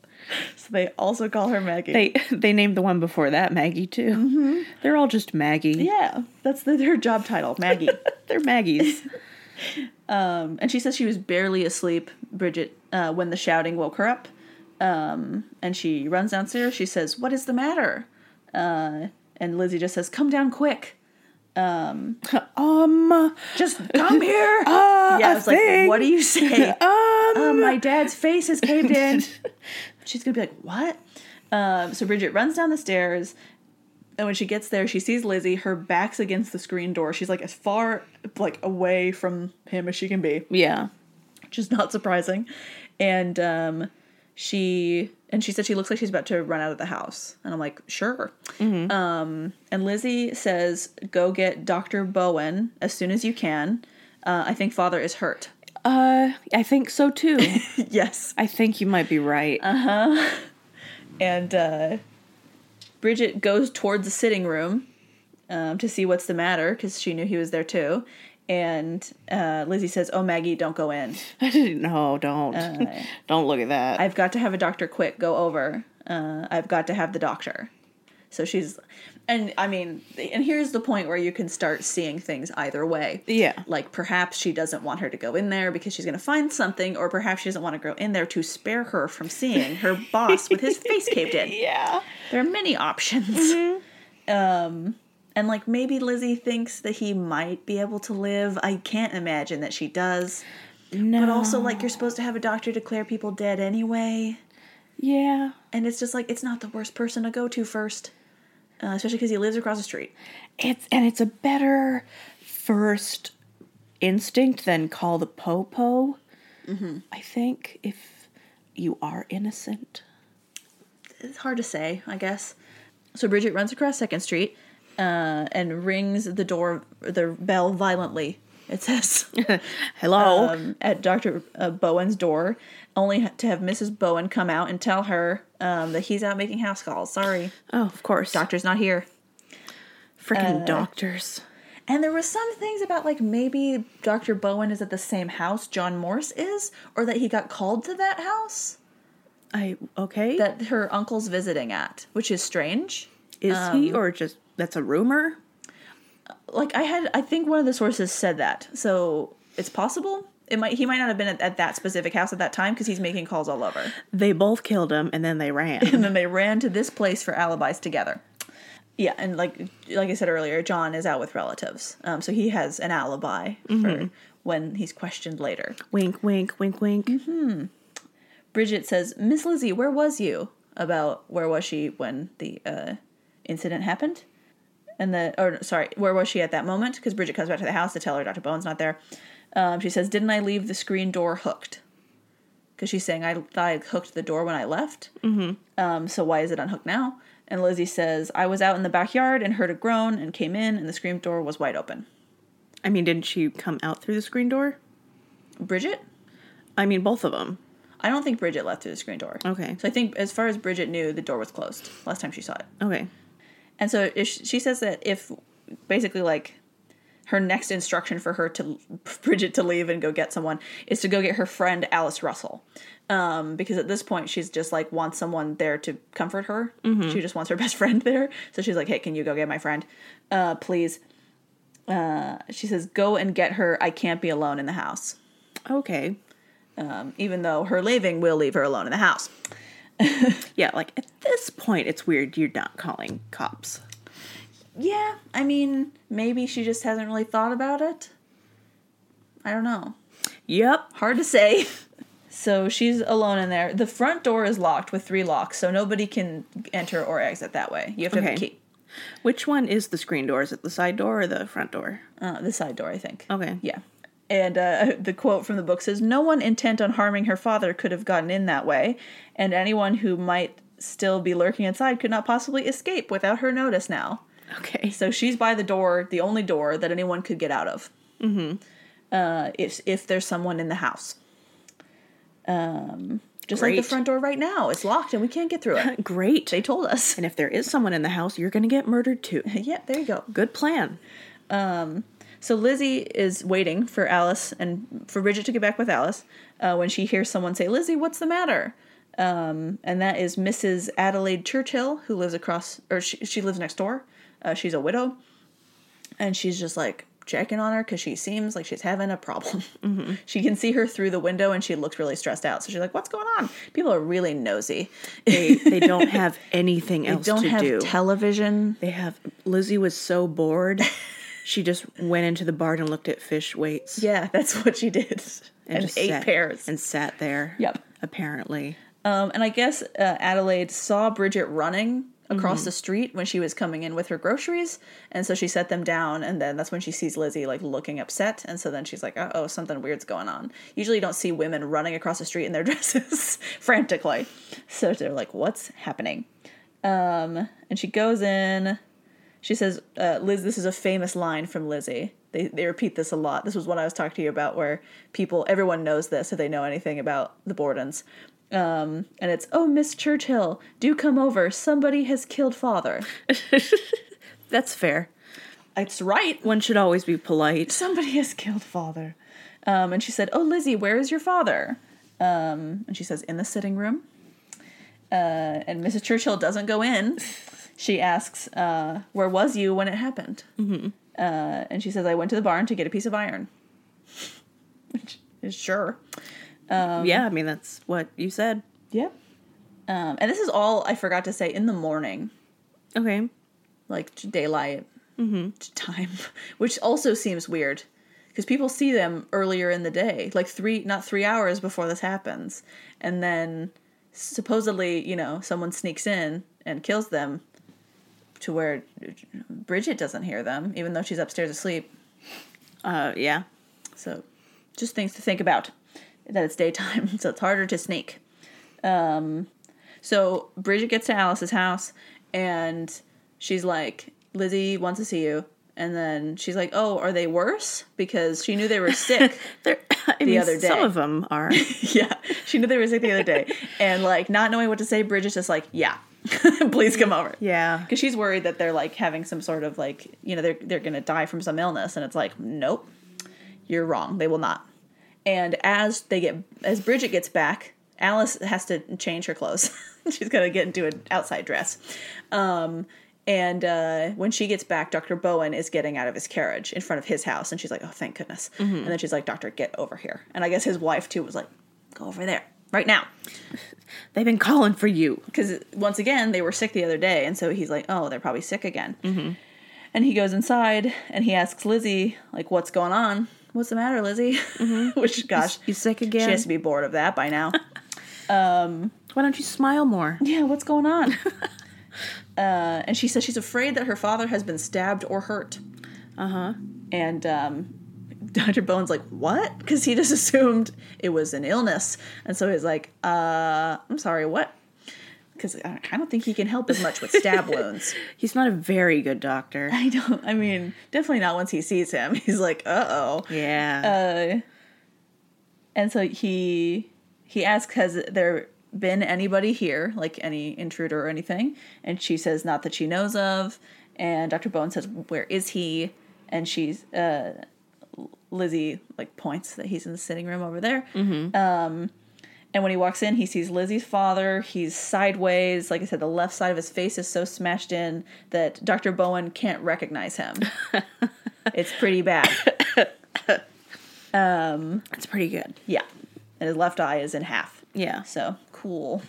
So they also call her Maggie. They they named the one before that Maggie too. They're all just Maggie. Mm-hmm. yeah, that's the, their job title, Maggie. They're Maggies. um, and she says she was barely asleep, Bridget, uh, when the shouting woke her up. Um, and she runs downstairs. She says, What is the matter? Uh, and Lizzie just says, Come down quick. um. Uh, Just come here. yeah, I was like, What do you say? Um. "Oh, my dad's face is caved in. She's gonna be like, what? Um, so Bridget runs down the stairs. And when she gets there, she sees Lizzie. Her back's against the screen door. She's like as far like away from him as she can be, Yeah. which is not surprising. And um, she and she said she looks like she's about to run out of the house. And I'm like, sure. Um, and Lizzie says, "Go get Doctor Bowen as soon as you can. Uh, I think Father is hurt." Uh, I think so too. yes. I think you might be right. and uh, Bridget goes towards the sitting room um, to see what's the matter because she knew he was there too. And uh, Lizzie says, "Oh, Maggie, don't go in. I didn't. No, don't. don't look at that. I've got to have a doctor quick. Go over. Uh, I've got to have the doctor." So she's, and I mean, and here's the point where you can start seeing things either way. yeah. Like perhaps she doesn't want her to go in there because she's going to find something, or perhaps she doesn't want to go in there to spare her from seeing her boss with his face caved in. Yeah. There are many options. Um, and like maybe Lizzie thinks that he might be able to live. I can't imagine that she does. No. But also, like, you're supposed to have a doctor declare people dead anyway. Yeah. And it's just like, it's not the worst person to go to first, uh, especially because he lives across the street. It's and it's a better first instinct than call the popo. mm I think if you are innocent. It's hard to say, I guess. So Bridget runs across Second Street uh, and rings the door, the bell violently. It says. Hello. um, at Dr. Uh, Bowen's door, only to have Mrs. Bowen come out and tell her um, that he's out making house calls. Sorry, oh, of course. Uh, doctor's not here. Freaking doctors. And there was some things about like maybe Dr. Bowen is at the same house John Morse is, or that he got called to that house I okay. that her uncle's visiting at, which is strange. Is he or just that's a rumor? Like I had, I think one of the sources said that, so it's possible. It might he might not have been at, at that specific house at that time because he's making calls all over. They both killed him and then they ran. and then they ran to this place for alibis together. Yeah, and like like I said earlier, John is out with relatives, um, so he has an alibi for when he's questioned later. wink, wink, wink, wink. Mm-hmm. Bridget says, "Miss Lizzie, where was you?" About where was she when the uh, incident happened, and the or sorry, where was she at that moment? Because Bridget comes back to the house to tell her Dr. Bowen's not there. Um, she says, "Didn't I leave the screen door hooked?" Because she's saying, I, "I hooked the door when I left." Mm-hmm. Um, so why is it unhooked now? And Lizzie says, "I was out in the backyard and heard a groan and came in, and the screen door was wide open." I mean, didn't she come out through the screen door? Bridget, I mean, both of them. I don't think Bridget left through the screen door. Okay. So I think, as far as Bridget knew, the door was closed last time she saw it. Okay. And so if sh- she says that if basically like her next instruction for her to Bridget to leave and go get someone is to go get her friend Alice Russell. Um, because at this point she's just like wants someone there to comfort her. She just wants her best friend there. So she's like, "Hey, can you go get my friend? Uh, please." Uh, she says, "Go and get her. I can't be alone in the house." Okay. Um, even though her leaving will leave her alone in the house. Yeah, like at this point, it's weird you're not calling cops. Yeah, I mean, maybe she just hasn't really thought about it. I don't know. Yep. Hard to say. So she's alone in there. The front door is locked with three locks, so nobody can enter or exit that way. You have to have a Okay. key. Which one is the screen door? Is it the side door or the front door? Uh, the side door, I think. Okay. Yeah. And uh, the quote from the book says No one intent on harming her father could have gotten in that way, and anyone who might still be lurking inside could not possibly escape without her notice now. Okay. So she's by the door, the only door that anyone could get out of. Mm-hmm. Uh, if if there's someone in the house, um, just like Great. the front door right now, it's locked and we can't get through it. Great. they told us. And if there is someone in the house, you're going to get murdered too. yeah, there you go. Good plan. So Lizzie is waiting for Alice and for Bridget to get back with Alice uh, when she hears someone say, "Lizzie, what's the matter?" Um, and that is Mrs. Adelaide Churchill, who lives across, or she, she lives next door. Uh, she's a widow, and she's just like checking on her because she seems like she's having a problem. She can see her through the window, and she looks really stressed out. So she's like, "What's going on?" People are really nosy. They, they don't have anything else Don't to have do. television. they have. Lizzie was so bored, she just went into the barn and looked at fish weights Yeah, that's what she did. And, just eight sat- pairs. and sat there. Yep. Apparently. Um, and I guess uh, Adelaide saw Bridget running, across the street when she was coming in with her groceries, and so she set them down, and then that's when she sees Lizzie like looking upset, and so then she's like, "Uh oh, something weird's going on." Usually, you don't see women running across the street in their dresses frantically, so they're like, "What's happening?" Um, and she goes in. She says, uh, Liz, this is a famous line from Lizzie. They, they repeat this a lot. This was what I was talking to you about, where people, everyone knows this if they know anything about the Bordens. Um, and it's, oh, Miss Churchill, do come over. Somebody has killed father. That's fair. It's right. One should always be polite. Somebody has killed father. Um, and she said, oh, Lizzie, where is your father? Um, and she says, in the sitting room. Uh, and Mrs. Churchill doesn't go in. She asks, uh, where was you when it happened? Uh, and she says, I went to the barn to get a piece of iron. Which is sure. yeah, I mean that's what you said. Yeah. Um, and this is all I forgot to say in the morning, Okay. like t- daylight t- time, which also seems weird because people see them earlier in the day, like three, not three hours before this happens. And then supposedly, you know, someone sneaks in and kills them to where Bridget doesn't hear them, even though she's upstairs asleep. Uh, yeah. So just things to think about that it's daytime, so it's harder to sneak. Um, so Bridget gets to Alice's house and she's like, Lizzie wants to see you. And then she's like, Oh, are they worse? Because she knew they were sick. There, I mean, other day. some of them are. yeah, she knew they were sick the other day. And like, not knowing what to say, Bridget's just like, Yeah, please come over. yeah. Because she's worried that they're like having some sort of like, you know, they're they're gonna die from some illness, and it's like, nope, you're wrong. They will not. And as they get, as Bridget gets back, Alice has to change her clothes. she's gonna get into an outside dress. Um, and uh, when she gets back, Dr. Bowen is getting out of his carriage in front of his house, and she's like, oh, thank goodness. And then she's like, Doctor, get over here. And I guess his wife too was like, go over there right now They've been calling for you. because once again they were sick the other day and so he's like oh they're probably sick again mm-hmm. and he goes inside and he asks lizzie like what's going on what's the matter lizzie which gosh You sick she again? has to be bored of that by now Why don't you smile more? yeah what's going on uh, and she says she's afraid that her father has been stabbed or hurt Uh Uh-huh. huh. and um, Dr. Bone's like, what? Because he just assumed it was an illness. And so he's like, uh, I'm sorry, what? Because I I don't think he can help as much with stab wounds. He's not a very good doctor. I don't. I mean, definitely not once he sees him. He's like, uh oh. Yeah. Uh, and so he he asks, has there been anybody here, like any intruder or anything? And she says, not that she knows of. And Doctor Bone says, where is he? And she's uh, Lizzie like points that he's in the sitting room over there. Um, And when he walks in, he sees Lizzie's father. He's sideways. Like I said, the left side of his face is so smashed in that Dr. Bowen can't recognize him. it's pretty bad. That's pretty good. Yeah. And his left eye is in half. Yeah. So cool.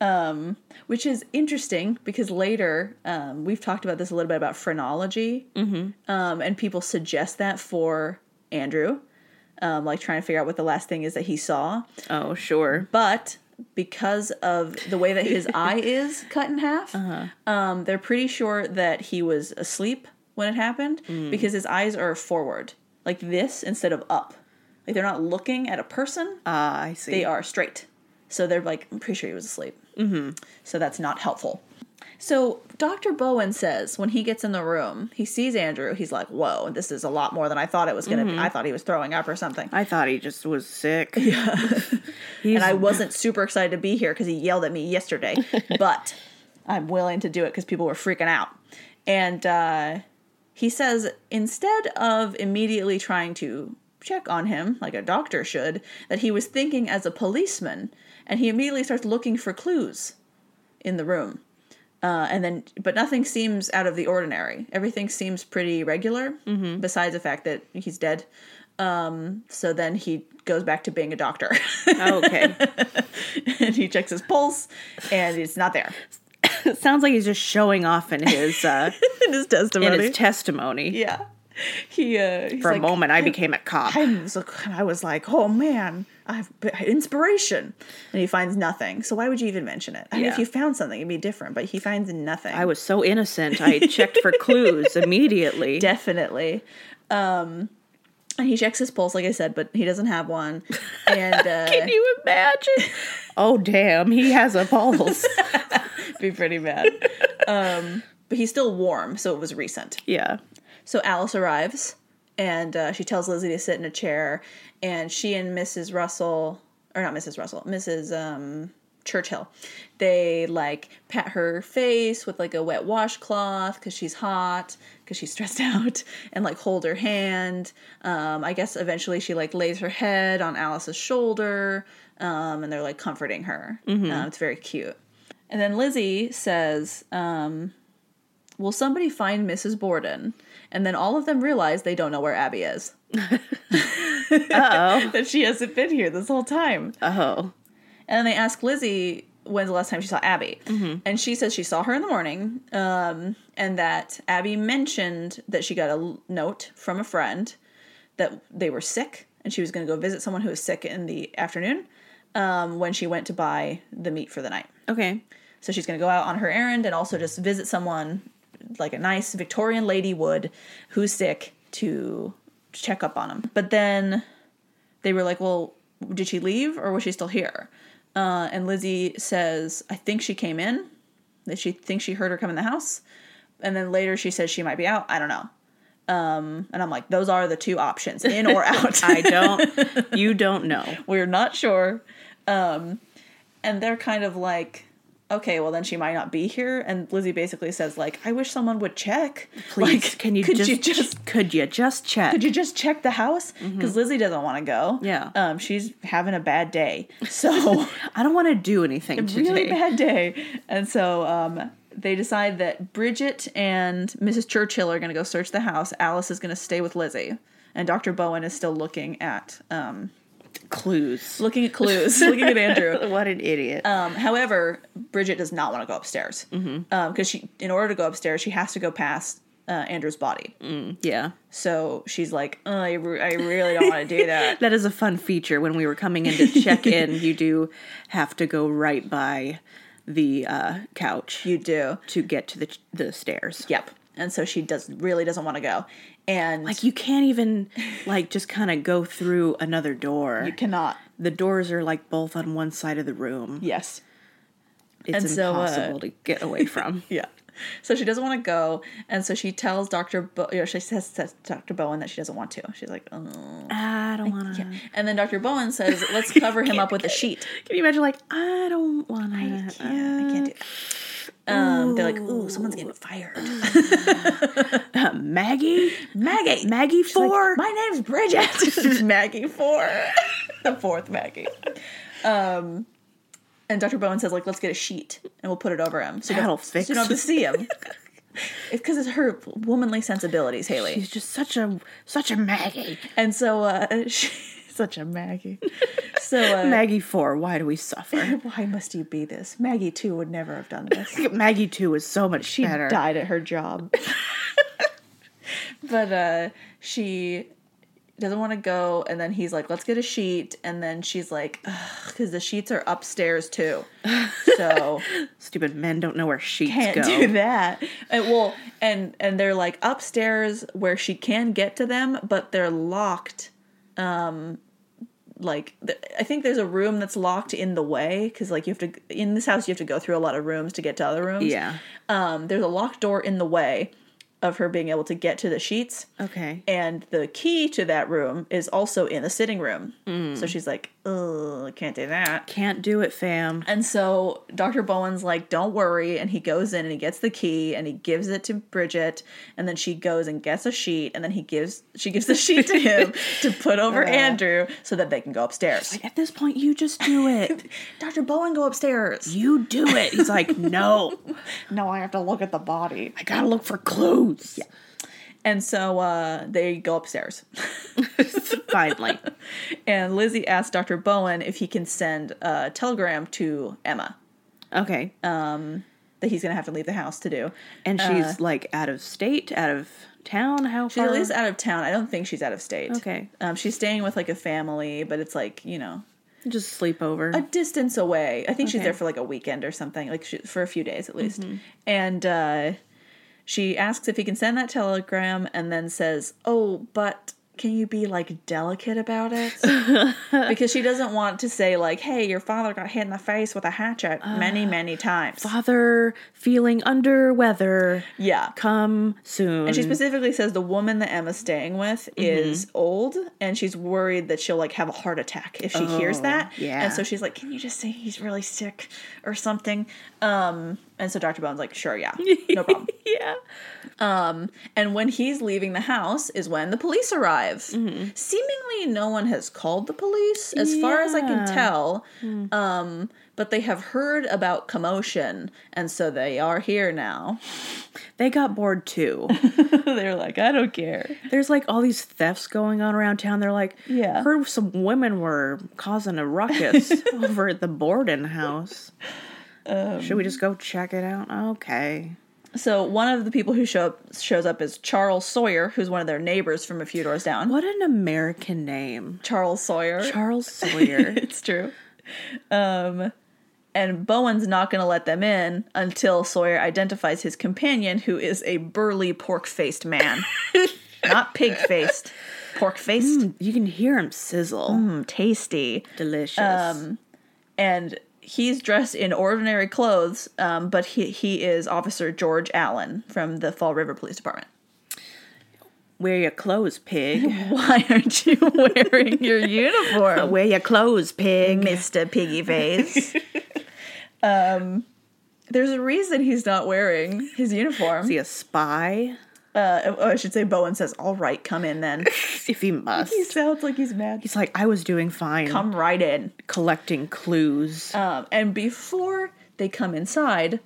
Um, which is interesting because later um, we've talked about this a little bit about phrenology, mm-hmm. um, and people suggest that for Andrew, um, like trying to figure out what the last thing is that he saw. Oh, sure. but because of the way that his eye is cut in half, um, they're pretty sure that he was asleep when it happened because his eyes are forward, like this instead of up. Like they're not looking at a person, Ah, I see. they are straight. So they're like, I'm pretty sure he was asleep. Mm-hmm. So that's not helpful. So Dr. Bowen says when he gets in the room, he sees Andrew. He's like, "Whoa, this is a lot more than I thought it was going to be. I thought he was throwing up or something." I thought he just was sick. Yeah. He's, and I wasn't super excited to be here because he yelled at me yesterday, but I'm willing to do it because people were freaking out. And uh, he says instead of immediately trying to check on him like a doctor should, that he was thinking as a policeman, and he immediately starts looking for clues in the room. Uh, and then, but nothing seems out of the ordinary. Everything seems pretty regular, besides the fact that he's dead. Um, so then he goes back to being a doctor. okay. and he checks his pulse and it's not there It sounds like he's just showing off in his uh, in his in testimony. his testimony. yeah. he uh, he's For a like, moment, I became a cop. I was, and I was like, oh man, I've inspiration, and he finds nothing. So why would you even mention it? I mean, if Yeah. you found something, it'd be different. But he finds nothing. I was so innocent. I checked for clues immediately. definitely. Um, and he checks his pulse, like I said, but he doesn't have one. And uh, Can you imagine? Oh damn, he has a pulse. be pretty bad. Um, but he's still warm, so it was recent. yeah. So Alice arrives, and uh, she tells Lizzie to sit in a chair, and she and Mrs. Russell, or not Mrs. Russell, Mrs. Um, Churchill, they like pat her face with like a wet washcloth because she's hot, because she's stressed out, and like hold her hand. Um, I guess eventually she like lays her head on Alice's shoulder, um, and they're like comforting her. Um, it's very cute. And then Lizzie says, Will somebody find Mrs. Borden? And then all of them realize they don't know where Abby is. Uh That she hasn't been here this whole time. oh. Oh. And then they ask Lizzie when's the last time she saw Abby. And she says she saw her in the morning um, and that Abby mentioned that she got a l- note from a friend that they were sick and she was going to go visit someone who was sick in the afternoon um, when she went to buy the meat for the night. Okay. So she's going to go out on her errand and also just visit someone, like a nice Victorian lady would, who's sick to check up on him. But then they were like, well, did she leave or was she still here? Uh, and Lizzie says, I think she came in, that she thinks she heard her come in the house. And then later she says she might be out. I don't know. Um, and I'm like, those are the two options in or out. I don't. you don't know. We're not sure. Um, and they're kind of like, okay, well then she might not be here. And Lizzie basically says like, I wish someone would check. Please, like, can you could just, you just could you just check? could you just check the house? Because Lizzie doesn't want to go. Yeah. um, she's having a bad day. So I don't want to do anything today. really bad day. And so um, they decide that Bridget and Mrs. Churchill are going to go search the house. Alice is going to stay with Lizzie. And Dr. Bowen is still looking at um, Clues. looking at clues, looking at Andrew. What an idiot. Um, however, Bridget does not want to go upstairs because she, in order to go upstairs, she has to go past uh, Andrew's body. yeah. So she's like, "Uh, I, re- I really don't want to do that. That is a fun feature when we were coming in to check in. You do have to go right by the uh, couch you do, to get to the, the stairs. yep. And so she does really doesn't want to go, and Like you can't even like just kind of go through another door. you cannot. the doors are like both on one side of the room. Yes, and It's so, uh, impossible to get away from. yeah. So she doesn't want to go, and so she tells Doctor. Bo- or she says to Doctor Bowen that she doesn't want to. She's like, "Oh," I don't want to. and then Doctor Bowen says, "Let's cover him up with a sheet." Uh, Can you imagine? Like I don't uh, want to. I can't do that. Um, they're like, ooh, someone's getting fired. Maggie. Maggie. Maggie Like, four. My name's Bridget. Maggie Four. the fourth Maggie. Um, and Dr. Bowen says, like, let's get a sheet and we'll put it over him. So you That'll don't, fix so you don't have to see him. it's because it's her womanly sensibilities, Haley. She's just such a such a Maggie. and so uh, she's such a Maggie. So uh, Maggie four. Why do we suffer? why must you be this? Maggie too would never have done this. Maggie two is so much she better. died at her job. but uh she doesn't want to go and then he's like let's get a sheet and then she's like because the sheets are upstairs too so Stupid men don't know where sheets can't go. do that and, well and and they're like upstairs where she can get to them but they're locked um like th- i think there's a room that's locked in the way because like you have to in this house you have to go through a lot of rooms to get to other rooms Yeah. um, there's a locked door in the way of her being able to get to the sheets. Okay. And the key to that room is also in the sitting room. Mm. So she's like, ugh, can't do that. Can't do it, fam. And so Dr. Bowen's like, don't worry. And he goes in and he gets the key and he gives it to Bridget. And then she goes and gets a sheet. And then he gives, she gives the sheet to him to put over Andrew so that they can go upstairs. At this point, you just do it. Dr. Bowen, go upstairs. You do it. He's like, no, No, I have to look at the body. I gotta look for clues. And so uh, they go upstairs. Finally. And Lizzie asked Dr. Bowen if he can send a telegram to Emma. Okay. Um, that he's going to have to leave the house to do. And she's like out of state, out of town. How She's far? at least out of town. I don't think she's out of state. Uh. Okay. Um, she's staying with like a family, but it's like, you know, just sleep over. a distance away. I think she's Okay. there for like a weekend or something, like she, for a few days at least. And uh, she asks if he can send that telegram, and then says, "Oh, but." Can you be like delicate about it? because she doesn't want to say like, "Hey, your father got hit in the face with a hatchet many, many times." Father feeling under weather. Yeah, Come soon. And she specifically says the woman that Emma's staying with Mm-hmm. is old and she's worried that she'll like have a heart attack if she hears Oh, that. yeah. And so she's like, Can you just say he's really sick or something? Um and so Dr. Bone's like, Sure, yeah. No problem. yeah. and when he's leaving the house is when the police arrive. Mm-hmm. Seemingly no one has called the police, as far as I can Yeah. Hmm. tell. Um, but they have heard about commotion, and so they are here now. They got bored too. They're like, I don't care. There's like all these thefts going on around town. They're like, Yeah. heard some women were causing a ruckus over at the Borden house. Um, Should we just go check it out? Okay. So one of the people who show up shows up is Charles Sawyer, who's one of their neighbors from a few doors down. What an American name. Charles Sawyer. Charles Sawyer. it's true. Um, and Bowen's not going to let them in until Sawyer identifies his companion, who is a burly pork-faced man, not pig-faced, pork-faced. you can hear him sizzle. Mm, tasty. Delicious. Um, And he's dressed in ordinary clothes, um, but he he is Officer George Allen from the Fall River Police Department. Wear your clothes, pig. Uh, Why aren't you wearing your uniform, Wear your clothes, pig. Mister Piggy Face? um, there's a reason he's not wearing his uniform. Is he a spy? Uh, oh, I should say Bowen says, "All right, come in then." If he must. he sounds like he's mad. He's like, I was doing fine Come right in. collecting clues. Um, and before they come inside,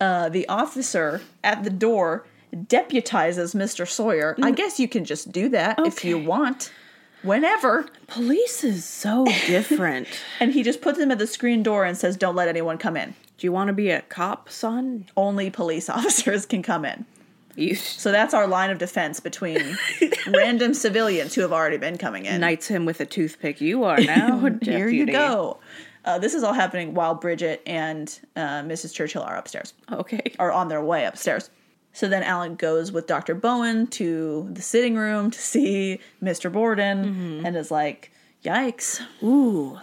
uh, the officer at the door deputizes Mister Sawyer. I guess you can just do that if you Okay. want, whenever. Police is so different. And he just puts him at the screen door and says, "Don't let anyone come in." Do you want to be a cop, son? only police officers can come in. You So that's our line of defense between random civilians who have already been coming in. knights him with a toothpick. You are now. Here you deputy. go. Uh, this is all happening while Bridget and uh, Mrs. Churchill are upstairs, Okay. are on their way upstairs. So then Alan goes with Dr. Bowen to the sitting room to see Mr. Borden and is like, yikes. Ooh.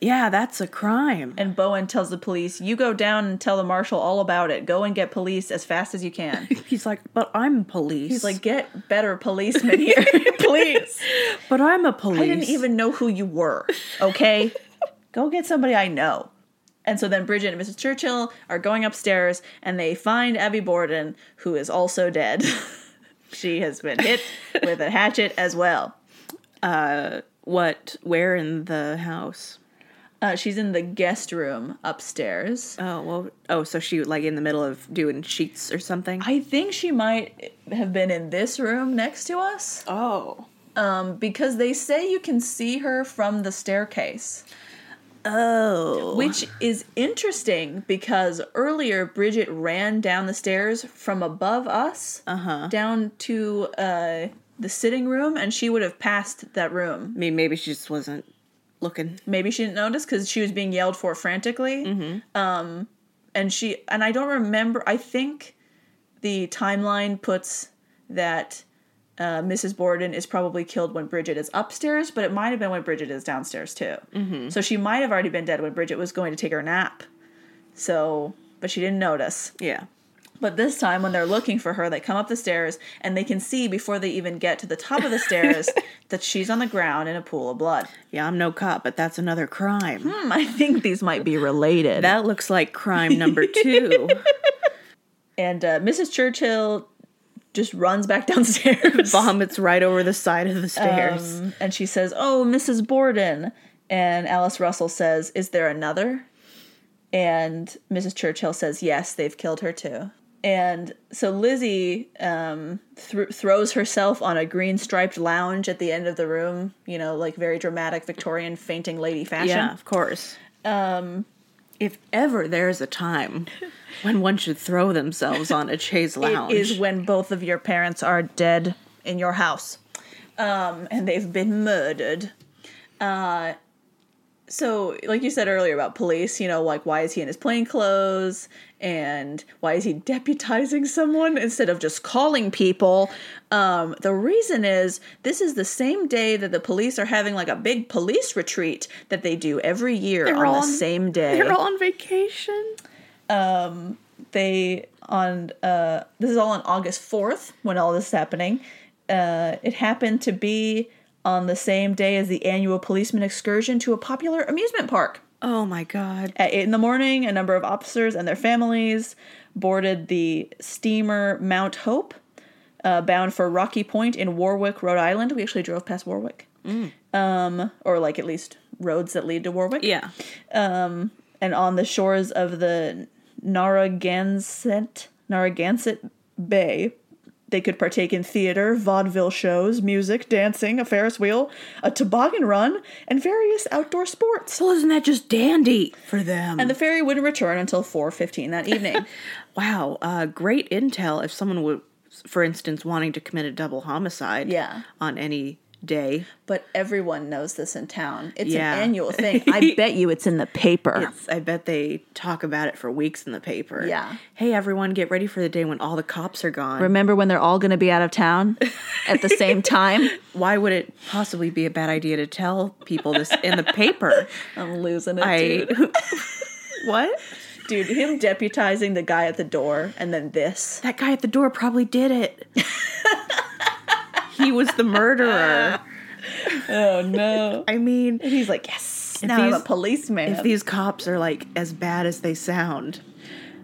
Yeah, that's a crime. And Bowen tells the police, you go down and tell the marshal all about it. Go and get police as fast as you can. He's like, but I'm police. He's like, get better policemen here, please. but I'm a police. I didn't even know who you were. Okay? Go get somebody I know. And so then Bridget and Mrs. Churchill are going upstairs and they find Abby Borden, who is also dead. she has been hit with a hatchet as well. What? Where in the house? Uh, she's in the guest room upstairs. Oh well. Oh, so she like in the middle of doing sheets or something. I think she might have been in this room next to us oh. um, because they say you can see her from the staircase. Oh. Which is interesting because earlier Bridget ran down the stairs from above us down to uh, the sitting room, and she would have passed that room. I mean, maybe she just wasn't looking. Maybe she didn't notice because she was being yelled for frantically. Um, and she and I don't remember. I think the timeline puts that uh, Mrs. Borden is probably killed when Bridget is upstairs, but it might have been when Bridget is downstairs too. Mm-hmm. So she might have already been dead when Bridget was going to take her nap. So, but she didn't notice. Yeah. But this time, when they're looking for her, they come up the stairs and they can see before they even get to the top of the stairs that she's on the ground in a pool of blood. Yeah, I'm no cop, but that's another crime. Hmm, I think these might be related. That looks like crime number two. and uh, Mrs. Churchill just runs back downstairs. Vomits right over the side of the stairs. Um, and she says, Oh, Mrs. Borden. And Alice Russell says, Is there another? And Mrs. Churchill says, Yes, they've killed her too. And so Lizzie um, thr- throws herself on a green striped lounge at the end of the room, you know, like very dramatic Victorian fainting lady fashion. Um, yeah, of course. if ever there is a time when one should throw themselves on a chaise lounge, It is when both of your parents are dead in your house, um, and they've been murdered. Uh, so, like you said earlier about police, you know, like why is he in his plain clothes, and why is he deputizing someone instead of just calling people? Um, the reason is this is the same day that the police are having like a big police retreat that they do every year They're on all the on- same day they're all on vacation. Um, they on uh this is all on August 4th when all this is happening. Uh it happened to be on the same day as the annual policeman excursion to a popular amusement park. Oh my god! At 8 in the morning, a number of officers and their families boarded the steamer Mount Hope, uh, bound for Rocky Point in Warwick, Rhode Island. We actually drove past Warwick. Um, or, like, at least roads that lead to Warwick Yeah, um, and on the shores of the Narragansett Narragansett Bay. They could partake in theater, vaudeville shows, music, dancing, a Ferris wheel, a toboggan run, and various outdoor sports. well, isn't that just dandy for them? And the ferry wouldn't return until 4:15 that evening. wow, uh, great intel. If someone would, for instance, wanting to commit a double homicide, Yeah. on any day, but everyone knows this in town. It's Yeah. an annual thing. I bet you it's in the paper. It's- I bet they talk about it for weeks in the paper. Yeah. Hey, everyone, get ready for the day when all the cops are gone. Remember when they're all going to be out of town at the same time? Why would it possibly be a bad idea to tell people this in the paper? I'm losing it, I. dude. what? Dude, him deputizing the guy at the door and then this. That guy at the door probably did it. he was the murderer. Oh no. I mean, He's like, yes, now I'm a these- policeman. if these cops are like as bad as they sound,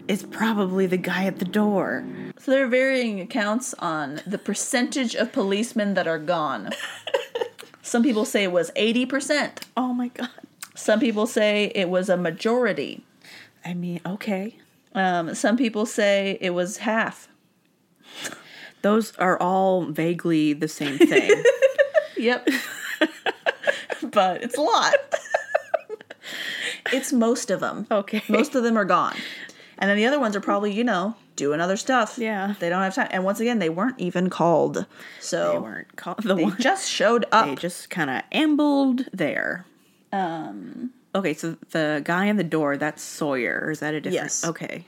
it's probably the guy at the door. so there are varying accounts on the percentage of policemen that are gone. Some people say it was 80%. Oh my god. Some people say it was a majority. I mean, okay. Um, some people say it was half. Those are all vaguely the same thing. Yep. but it's a lot. it's most of them. Okay. Most of them are gone. And then the other ones are probably, you know, doing other stuff. Yeah. They don't have time. And once again, they weren't even called. So they weren't called the they one just showed up. they just kind of ambled there um okay so the guy in the door that's sawyer or is that a different Yes. okay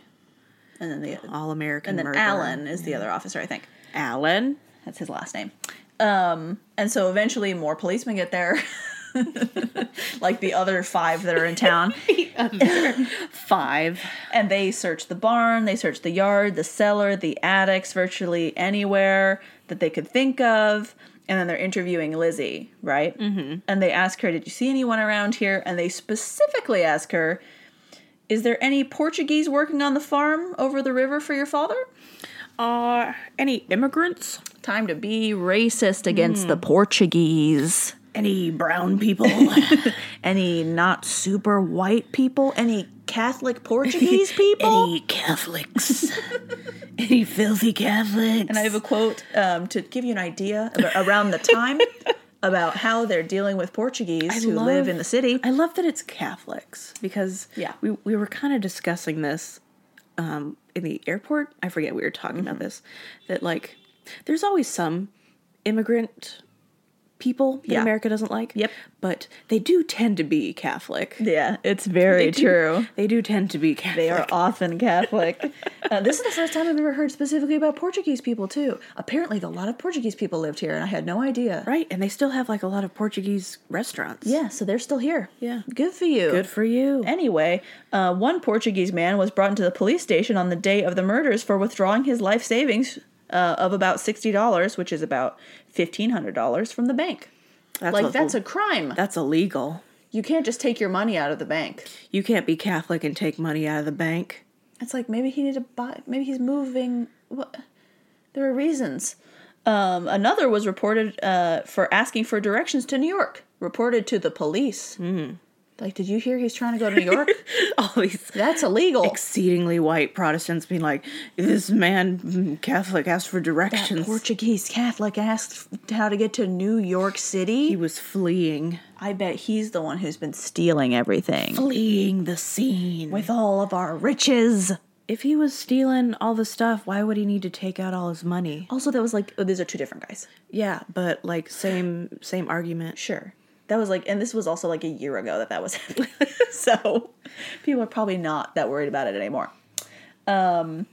and then the all american and then murderer. Alan is the other officer, I think. alan That's his last name. Um, and so eventually more policemen get there. like the other five that are in town. five And they search the barn, they search the yard, the cellar, the attics, virtually anywhere that they could think of. And then they're interviewing Lizzie, right? Mm-hmm. And they ask her, Did you see anyone around here? And they specifically ask her, Is there any Portuguese working on the farm over the river for your father? are Uh, any immigrants Time to be racist against the Portuguese. any brown people Any not super white people? Any Catholic Portuguese people? any catholics any filthy catholics And I have a quote um, to give you an idea about, around the time about how they're dealing with Portuguese who live love- in the city. I love that it's Catholics because Yeah. we, we were kind of discussing this um, in the airport. I forget we were talking about this. That like there's always some immigrant people that Yeah. America doesn't like. Yep. But they do tend to be Catholic. yeah, it's very true. They do tend to be Catholic. They are often Catholic. uh, this is the first time I've ever heard specifically about Portuguese people too. Apparently, a lot of Portuguese people lived here, and I had no idea. right, and they still have like a lot of Portuguese restaurants. Yeah, so they're still here. Yeah. good for you. Good for you. Anyway, uh, one Portuguese man was brought into the police station on the day of the murders for withdrawing his life savings uh, of about sixty dollars, which is about fifteen hundred dollars from the bank. That's like that's a crime. that's illegal. You can't just take your money out of the bank. You can't be Catholic and take money out of the bank. It's like maybe he needed to buy. Maybe he's moving. What? There are reasons. Um, another Mm-hmm. was reported uh, for asking for directions to New York. Reported to the police. Like, did you hear he's trying to go to New York? All these That's illegal. exceedingly white Protestants being like, this man, mm, Catholic, asked for that directions. Portuguese Catholic asked f- how to get to New York he City. was fleeing, I bet he's the one who's been stealing everything. fleeing the scene. With all of our riches. if he was stealing all the stuff, why would he need to take out all his money? Also, that was like, oh, these are two different guys. Yeah, but like same same argument. Sure. That was like, and this was also like a year ago that that was happening. so people are probably not that worried about it anymore. Um,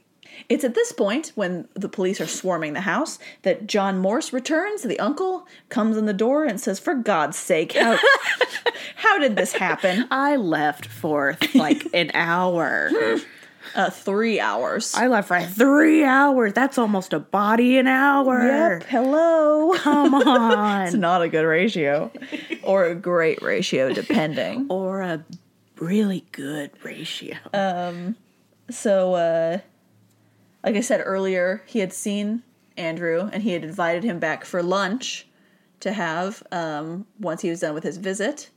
it's at this point when the police are swarming the house that John Morse returns. The uncle comes in the door and says, "For God's sake, how, how did this happen? I left for like an hour. Uh, three hours. I left for three hours. That's almost a body an hour. Yep. Hello. Come It's on. not a good ratio, or a great ratio, depending. or a really good ratio. So, uh, like I said earlier, he had seen Andrew and he had invited him back for lunch to have um, once he was done with his visit.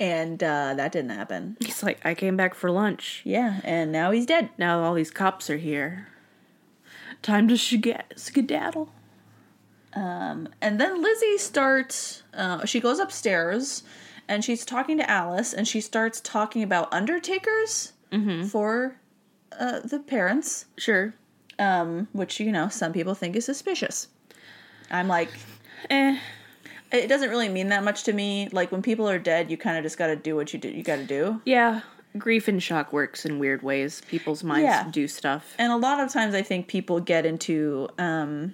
And uh, that didn't happen. He's like, I came back for lunch. Yeah, and now he's dead. Now all these cops are here. Time to shga- skedaddle. And then Lizzie starts, uh, she goes upstairs and she's talking to Alice and she starts talking about undertakers for uh, the parents, Sure. um, which, you know, some people think is suspicious. I'm like, Eh. it doesn't really mean that much to me. Like when people are dead, you kind of just got to do what you do. You got to do. Yeah. Grief and shock works in weird ways. People's minds Yeah. do stuff. And a lot of times, I think people get into um,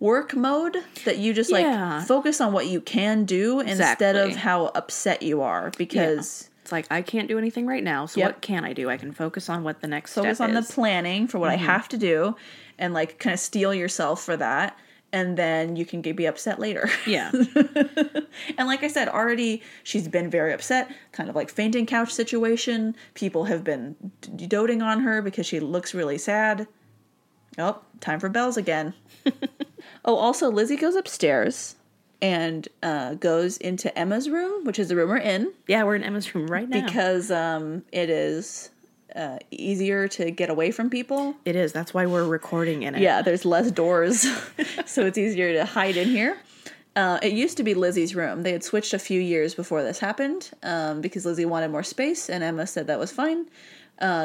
work mode that you just like Yeah. focus on what you can do instead Exactly. of how upset you are because It's like I can't do anything right now, so Yep. what can I do? I can focus on what the next focus step on is. Mm-hmm. the planning for what I have to do and like kind of steel yourself for that. And then you can get, be upset later. yeah. And like I said, already she's been very upset, kind of like fainting couch situation. People have been d- doting on her because she looks really sad. Oh, time for bells again. oh, also, Lizzie goes upstairs and uh, goes into Emma's room, which is the room we're in, Yeah, we're in Emma's room right now. because um, it is uh, easier to get away from people. it is. That's why we're recording in it. Yeah, there's less doors, so it's easier to hide in here. Uh, it used to be Lizzie's room. They had switched a few years before this happened um, because Lizzie wanted more space, and Emma said that was fine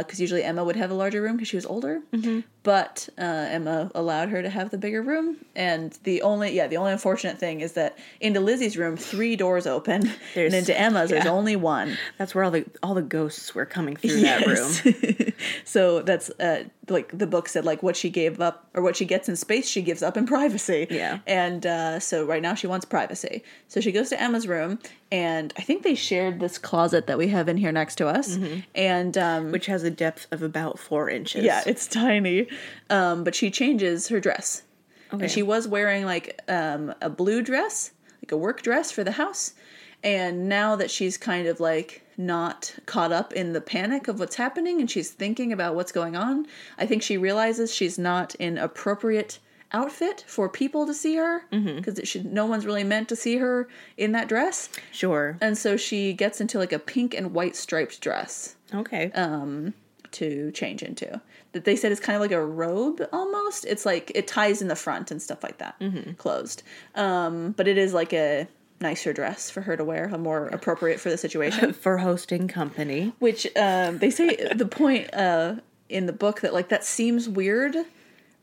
because usually Emma would have a larger room because she was older. Mm-hmm. But uh, Emma allowed her to have the bigger room, and the only yeah the only unfortunate thing is that into Lizzie's room three doors open, There's- and into Emma's there's yeah. only one. That's where all the all the ghosts were coming through that room. Yes. so that's uh, like the book said, like what she gave up or what she gets in space, she gives up in privacy. Yeah. And uh, so right now she wants privacy. So she goes to Emma's room, and I think they shared this closet that we have in here next to us. And um, Mm-hmm. which has a depth of about four inches. yeah, it's tiny. Um, but she changes her dress. Okay. And she was wearing like um, a blue dress, like a work dress for the house. And now that she's kind of like not caught up in the panic of what's happening and she's thinking about what's going on, I think she realizes she's not in appropriate outfit for people to see her because no one's really meant to see her in that dress. sure. And so she gets into like a pink and white striped dress Okay. uh, to change into that they said is kind of like a robe almost it's like it ties in the front and stuff like that closed um but it is like a nicer dress for her to wear a more appropriate for the situation For hosting company. which um they say the point uh in the book that like that seems weird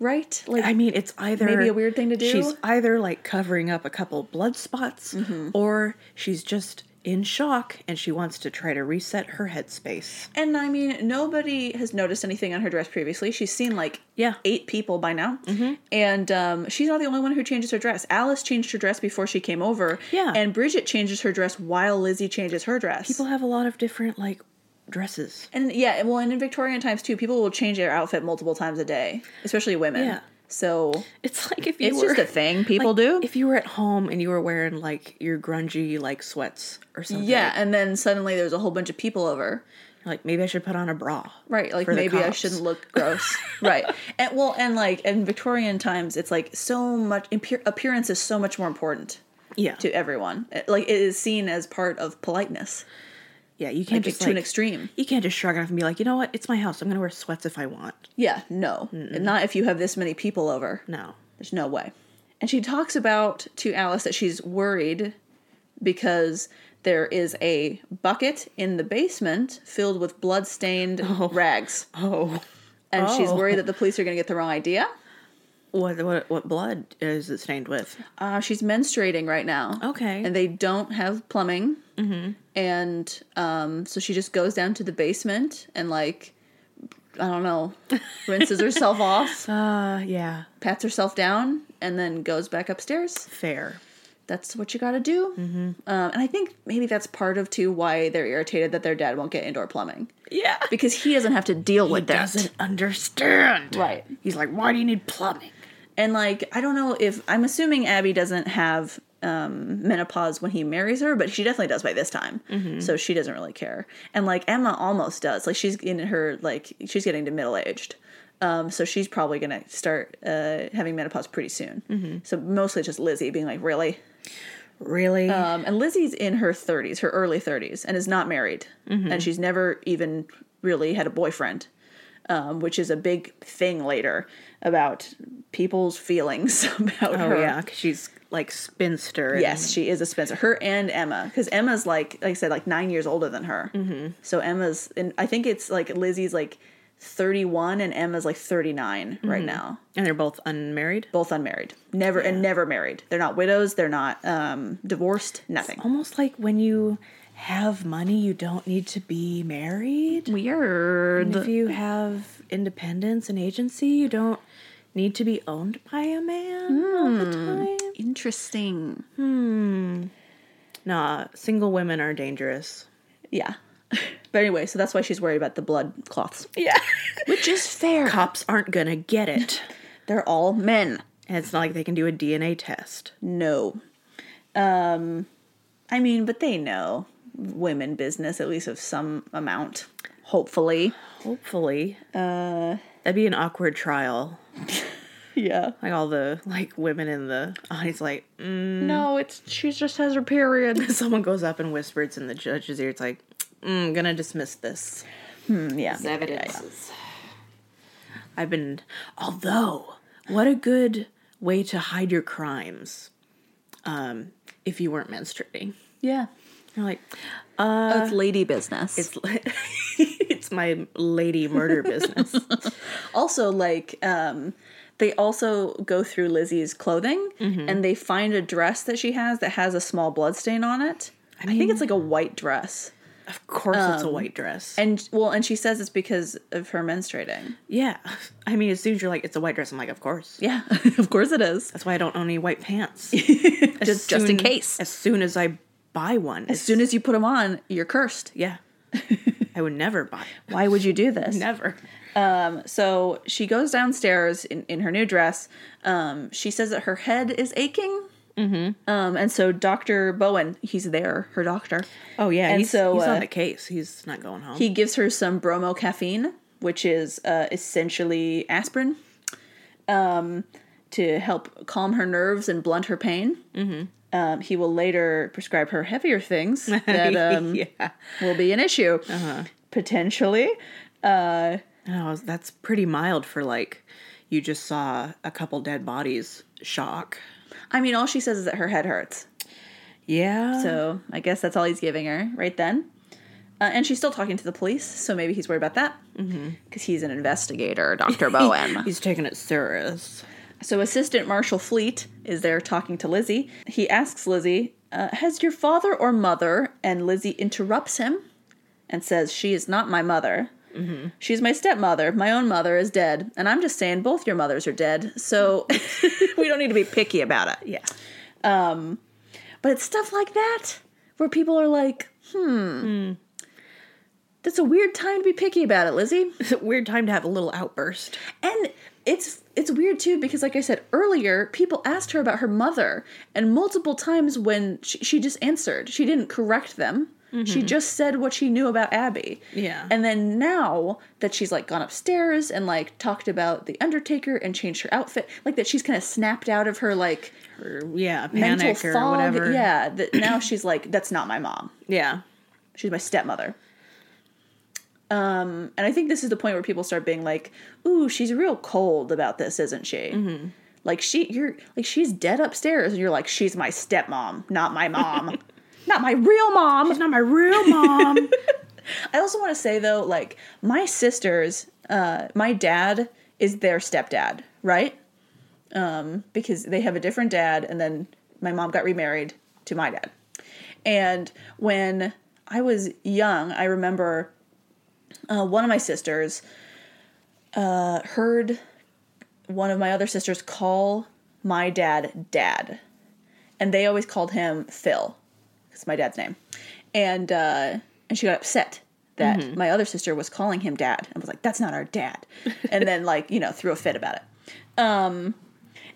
right like I mean, it's either Maybe a weird thing to do? She's either like covering up a couple blood spots, Mm-hmm. or she's just in shock and she wants to try to reset her headspace. And I mean, nobody has noticed anything on her dress previously. She's seen like Yeah. Mm-hmm. eight people by now, and um, she's not the only one who changes her dress. Alice changed her dress before she came over. Yeah. and Bridget changes her dress while Lizzie changes her dress. People have a lot of different like dresses. and yeah, well, and in Victorian times too, people will change their outfit multiple times a day, especially women. Yeah. So It's like if you it's were just a thing people like, do. If you were at home and you were wearing like your grungy like sweats or something. yeah, and then suddenly there's a whole bunch of people over. Like maybe I should put on a bra. Right, like for the maybe I cops. shouldn't look gross. right, and well, and like in Victorian times, it's like so much impe- appearance is so much more important Yeah. to everyone. It- Like it is seen as part of politeness. Yeah, you can't Like, just to an like- extreme. You can't just shrug it off and be like, you know what? It's my house. I'm gonna wear sweats if I want. Yeah, no. Not if you have this many people over. No. There's no way. And she talks about to Alice that she's worried because there is a bucket in the basement filled with blood-stained rags. Oh, And she's Oh. worried that the police are going to get the wrong idea. what what what blood is it stained with? Uh, she's menstruating right now. Okay. And they don't have plumbing. Mm-hmm. And um, so she just goes down to the basement and, like, I don't know, rinses herself off, Uh, yeah, pats herself down, and then goes back upstairs. fair. That's what you got to do. Mm-hmm. Um, and I think maybe that's part of, too, why they're irritated that their dad won't get indoor plumbing Yeah, because he doesn't have to deal with that. doesn't understand. Right. He's like, why do you need plumbing? And like, I don't know if I'm assuming Abby doesn't have um, menopause when he marries her, but she definitely does by this time. So she doesn't really care. And like Emma almost does. Like she's in her like she's getting to middle aged. Um, so she's probably gonna start uh, having menopause pretty soon. So mostly just Lizzie being like, really. Really? Um, and Lizzie's in her 30s, her early 30s, and is not married, and she's never even really had a boyfriend, um, which is a big thing later about people's feelings about oh her. yeah, 'cause she's like spinster. and- Yes, she is a Spencer. Her and Emma, because Emma's like, like I said, like nine years older than her. Mm-hmm. So Emma's, and I think it's like Lizzie's like 31 and Emma's like 39 right now. and they're both unmarried. Both unmarried, never and never married. They're not widows. They're not um, divorced. Nothing. Almost like when you have money, you don't need to be married. Weird. And if you have independence and agency, you don't need to be owned by a man all the Hmm. time. Interesting. Nah, single women are dangerous. Yeah. But anyway, so that's why she's worried about the blood cloths. Yeah. Which is fair. Cops aren't gonna get it. They're all men. And it's not like they can do a DNA test. No. Um I mean, but they know women business at least of some amount, hopefully. Hopefully. Uh that'd be an awkward trial. Yeah. Like all the like women in the audience like mm. No, it's she just has her period. someone goes up and whispers in the judge's ear, it's like, mm, gonna dismiss this. Mm, Yeah. evidences. I've been, although, what a good way to hide your crimes um, if you weren't menstruating. Yeah. You're like, Oh, it's lady business. it's, it's my lady murder business. also like um they also go through Lizzie's clothing and they find a dress that she has that has a small blood stain on it. I, think it's like a white dress. of course, it's Um, a white dress. And well, and she says it's because of her menstruating. yeah. I mean, as soon as you're like, it's a white dress, I'm like, of course. Yeah, of course it is. That's why I don't own any white pants. Just- just in case. As soon as I buy one. As soon as you put them on, you're cursed. yeah. I would never buy. Why would you do this? Never. So she goes downstairs in, in her new dress. Um, she says that her head is aching. Mm-hmm. Um, and so Dr. Bowen, he's there, her doctor. Oh yeah, And he's, so, he's uh, on the case. He's not going home. He gives her some bromocaffeine, which is uh, essentially aspirin, um, to help calm her nerves and blunt her pain. Mm-hmm. Um, he will later prescribe her heavier things that um, yeah. will be an issue, potentially. No, that's pretty mild for like you just saw a couple dead bodies. Shock. I mean, all she says is that her head hurts. Yeah. So So I guess that's all he's giving her right then. Uh, and she's still talking to the police, so maybe he's worried about that because he's an investigator, Doctor Bowen. he's taking it serious. So, Assistant Marshal Fleet is there talking to Lizzie. He asks Lizzie, uh, Has your father or mother? And Lizzie interrupts him and says, She is not my mother. She's my stepmother. My own mother is dead. And I'm just saying, both your mothers are dead. So, we don't need to be picky about it. Yeah. But it's stuff like that where people are like, Hmm. That's a weird time to be picky about it, Lizzie. It's a weird time to have a little outburst. And it's it's weird too because like I said earlier, people asked her about her mother, and multiple times when she, she just answered, she didn't correct them. She just said what she knew about Abby. Mm-hmm. Yeah. And then now that she's like gone upstairs and like talked about the Undertaker and changed her outfit, like that she's kind of snapped out of her like Or yeah, mental panic or fog. whatever. Yeah. That now she's like, that's not my mom. Yeah. She's my stepmother. Um, and I think this is the point where people start being like, "Ooh, she's real cold about this, isn't she?" Like she, you're like she's dead upstairs, and you're like, "She's my stepmom, not my mom, not my real mom." She's not my real mom. I also want to say though, like my sisters, uh, my dad is their stepdad, right? Um, because they have a different dad, and then my mom got remarried to my dad. And when I was young, I remember uh, one of my sisters uh, heard one of my other sisters call my dad dad, and they always called him Phil. It's my dad's name, and uh, and she got upset that my other sister was calling him dad, and was like, "That's not our dad," and then like you know threw a fit about it.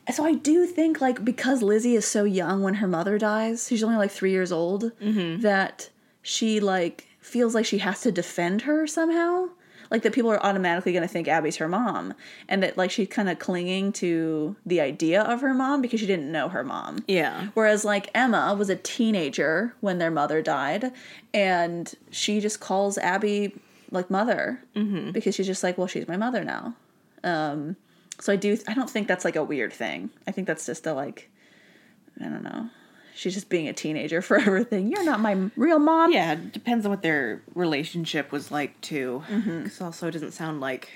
And so I do think like because Lizzie is so young when her mother dies, she's only like three years old, that she like feels like she has to defend her somehow. Like that people are automatically gonna think Abby's her mom. And that like she's kinda clinging to the idea of her mom because she didn't know her mom. Yeah. Whereas like Emma was a teenager when their mother died, and she just calls Abby like mother because she's just like, well, she's my mother now. Um, so I do. I don't think that's like a weird thing. I think that's just a like, I don't know. She's just being a teenager for everything. You're not my real mom. Yeah, it depends on what their relationship was like too. Because Mm-hmm. also, it doesn't sound like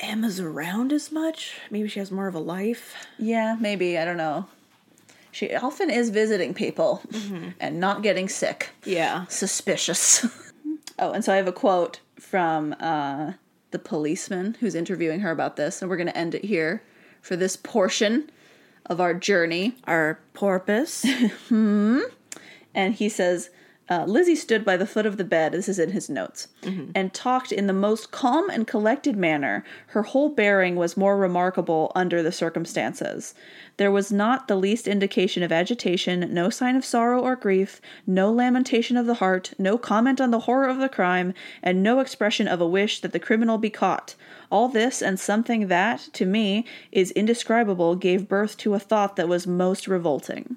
Emma's around as much. Maybe she has more of a life. Yeah, maybe. I don't know. She often is visiting people Mm-hmm. and not getting sick. Yeah. suspicious. oh, and so I have a quote from uh, the policeman who's interviewing her about this, and we're going to end it here for this portion of our journey. Our porpoise. And he says, uh, Lizzie stood by the foot of the bed, this is in his notes, and talked in the most calm and collected manner. Her whole bearing was more remarkable under the circumstances. There was not the least indication of agitation, no sign of sorrow or grief, no lamentation of the heart, no comment on the horror of the crime, and no expression of a wish that the criminal be caught. All this and something that, to me, is indescribable gave birth to a thought that was most revolting.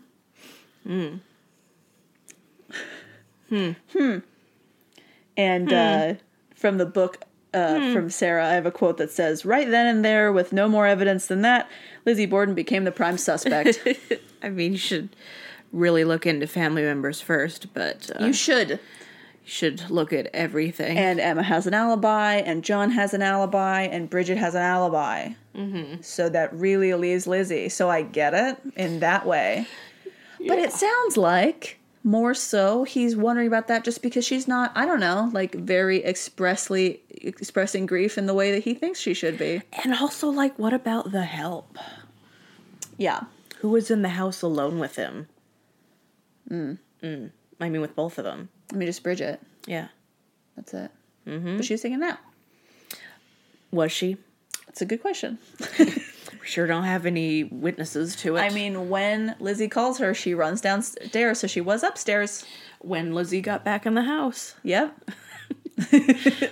And uh, from the book uh, from Sarah, I have a quote that says, "Right then and there, with no more evidence than that, Lizzie Borden became the prime suspect." I mean, you should really look into family members first, but uh, you should. you should look at everything. And Emma has an alibi, and John has an alibi, and Bridget has an alibi. Mm-hmm. So that really leaves Lizzie. So I get it in that way. But it sounds like more so he's wondering about that just because she's not, I don't know, like very expressly expressing grief in the way that he thinks she should be. and also, like, what about the help? Yeah. Who was in the house alone with him? Mm. Mm. I mean, with both of them. I mean, just Bridget. Yeah. That's it. But she was taking a nap. Was she? That's a good question. We sure don't have any witnesses to it. I mean, when Lizzie calls her, she runs downstairs, so she was upstairs. when Lizzie got back in the house. Yep.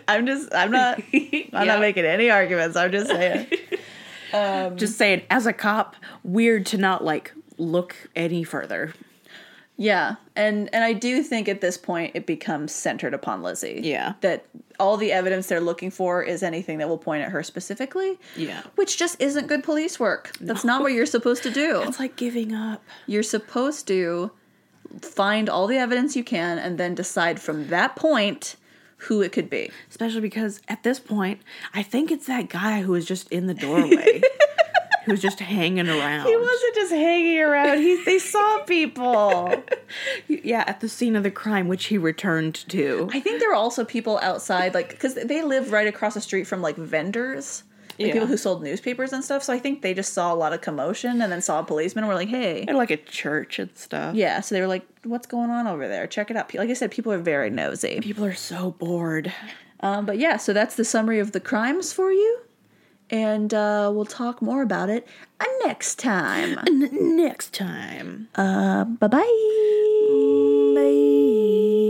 I'm just, I'm not, I'm Yeah. not making any arguments. I'm just saying. Just saying, as a cop, weird to not like look any further. yeah, and and I do think at this point it becomes centered upon Lizzie. Yeah. That all the evidence they're looking for is anything that will point at her specifically. Yeah. Which just isn't good police work. That's not what you're supposed to do. It's like giving up. You're supposed to find all the evidence you can and then decide from that point who it could be. Especially because at this point, I think it's that guy who was just in the doorway. who's just hanging around. He wasn't just hanging around. He they saw people. Yeah, at the scene of the crime, which he returned to. I think there were also people outside, like because they live right across the street from like vendors, like Yeah. people who sold newspapers and stuff. So I think they just saw a lot of commotion and then saw a policeman and were like, "Hey." At like a church and stuff. Yeah, so they were like, "What's going on over there? Check it out." Like I said, people are very nosy. People are so bored. Um, but yeah, so that's the summary of the crimes for you. And uh, we'll talk more about it uh, next time. N- next time. Bye-bye. Bye.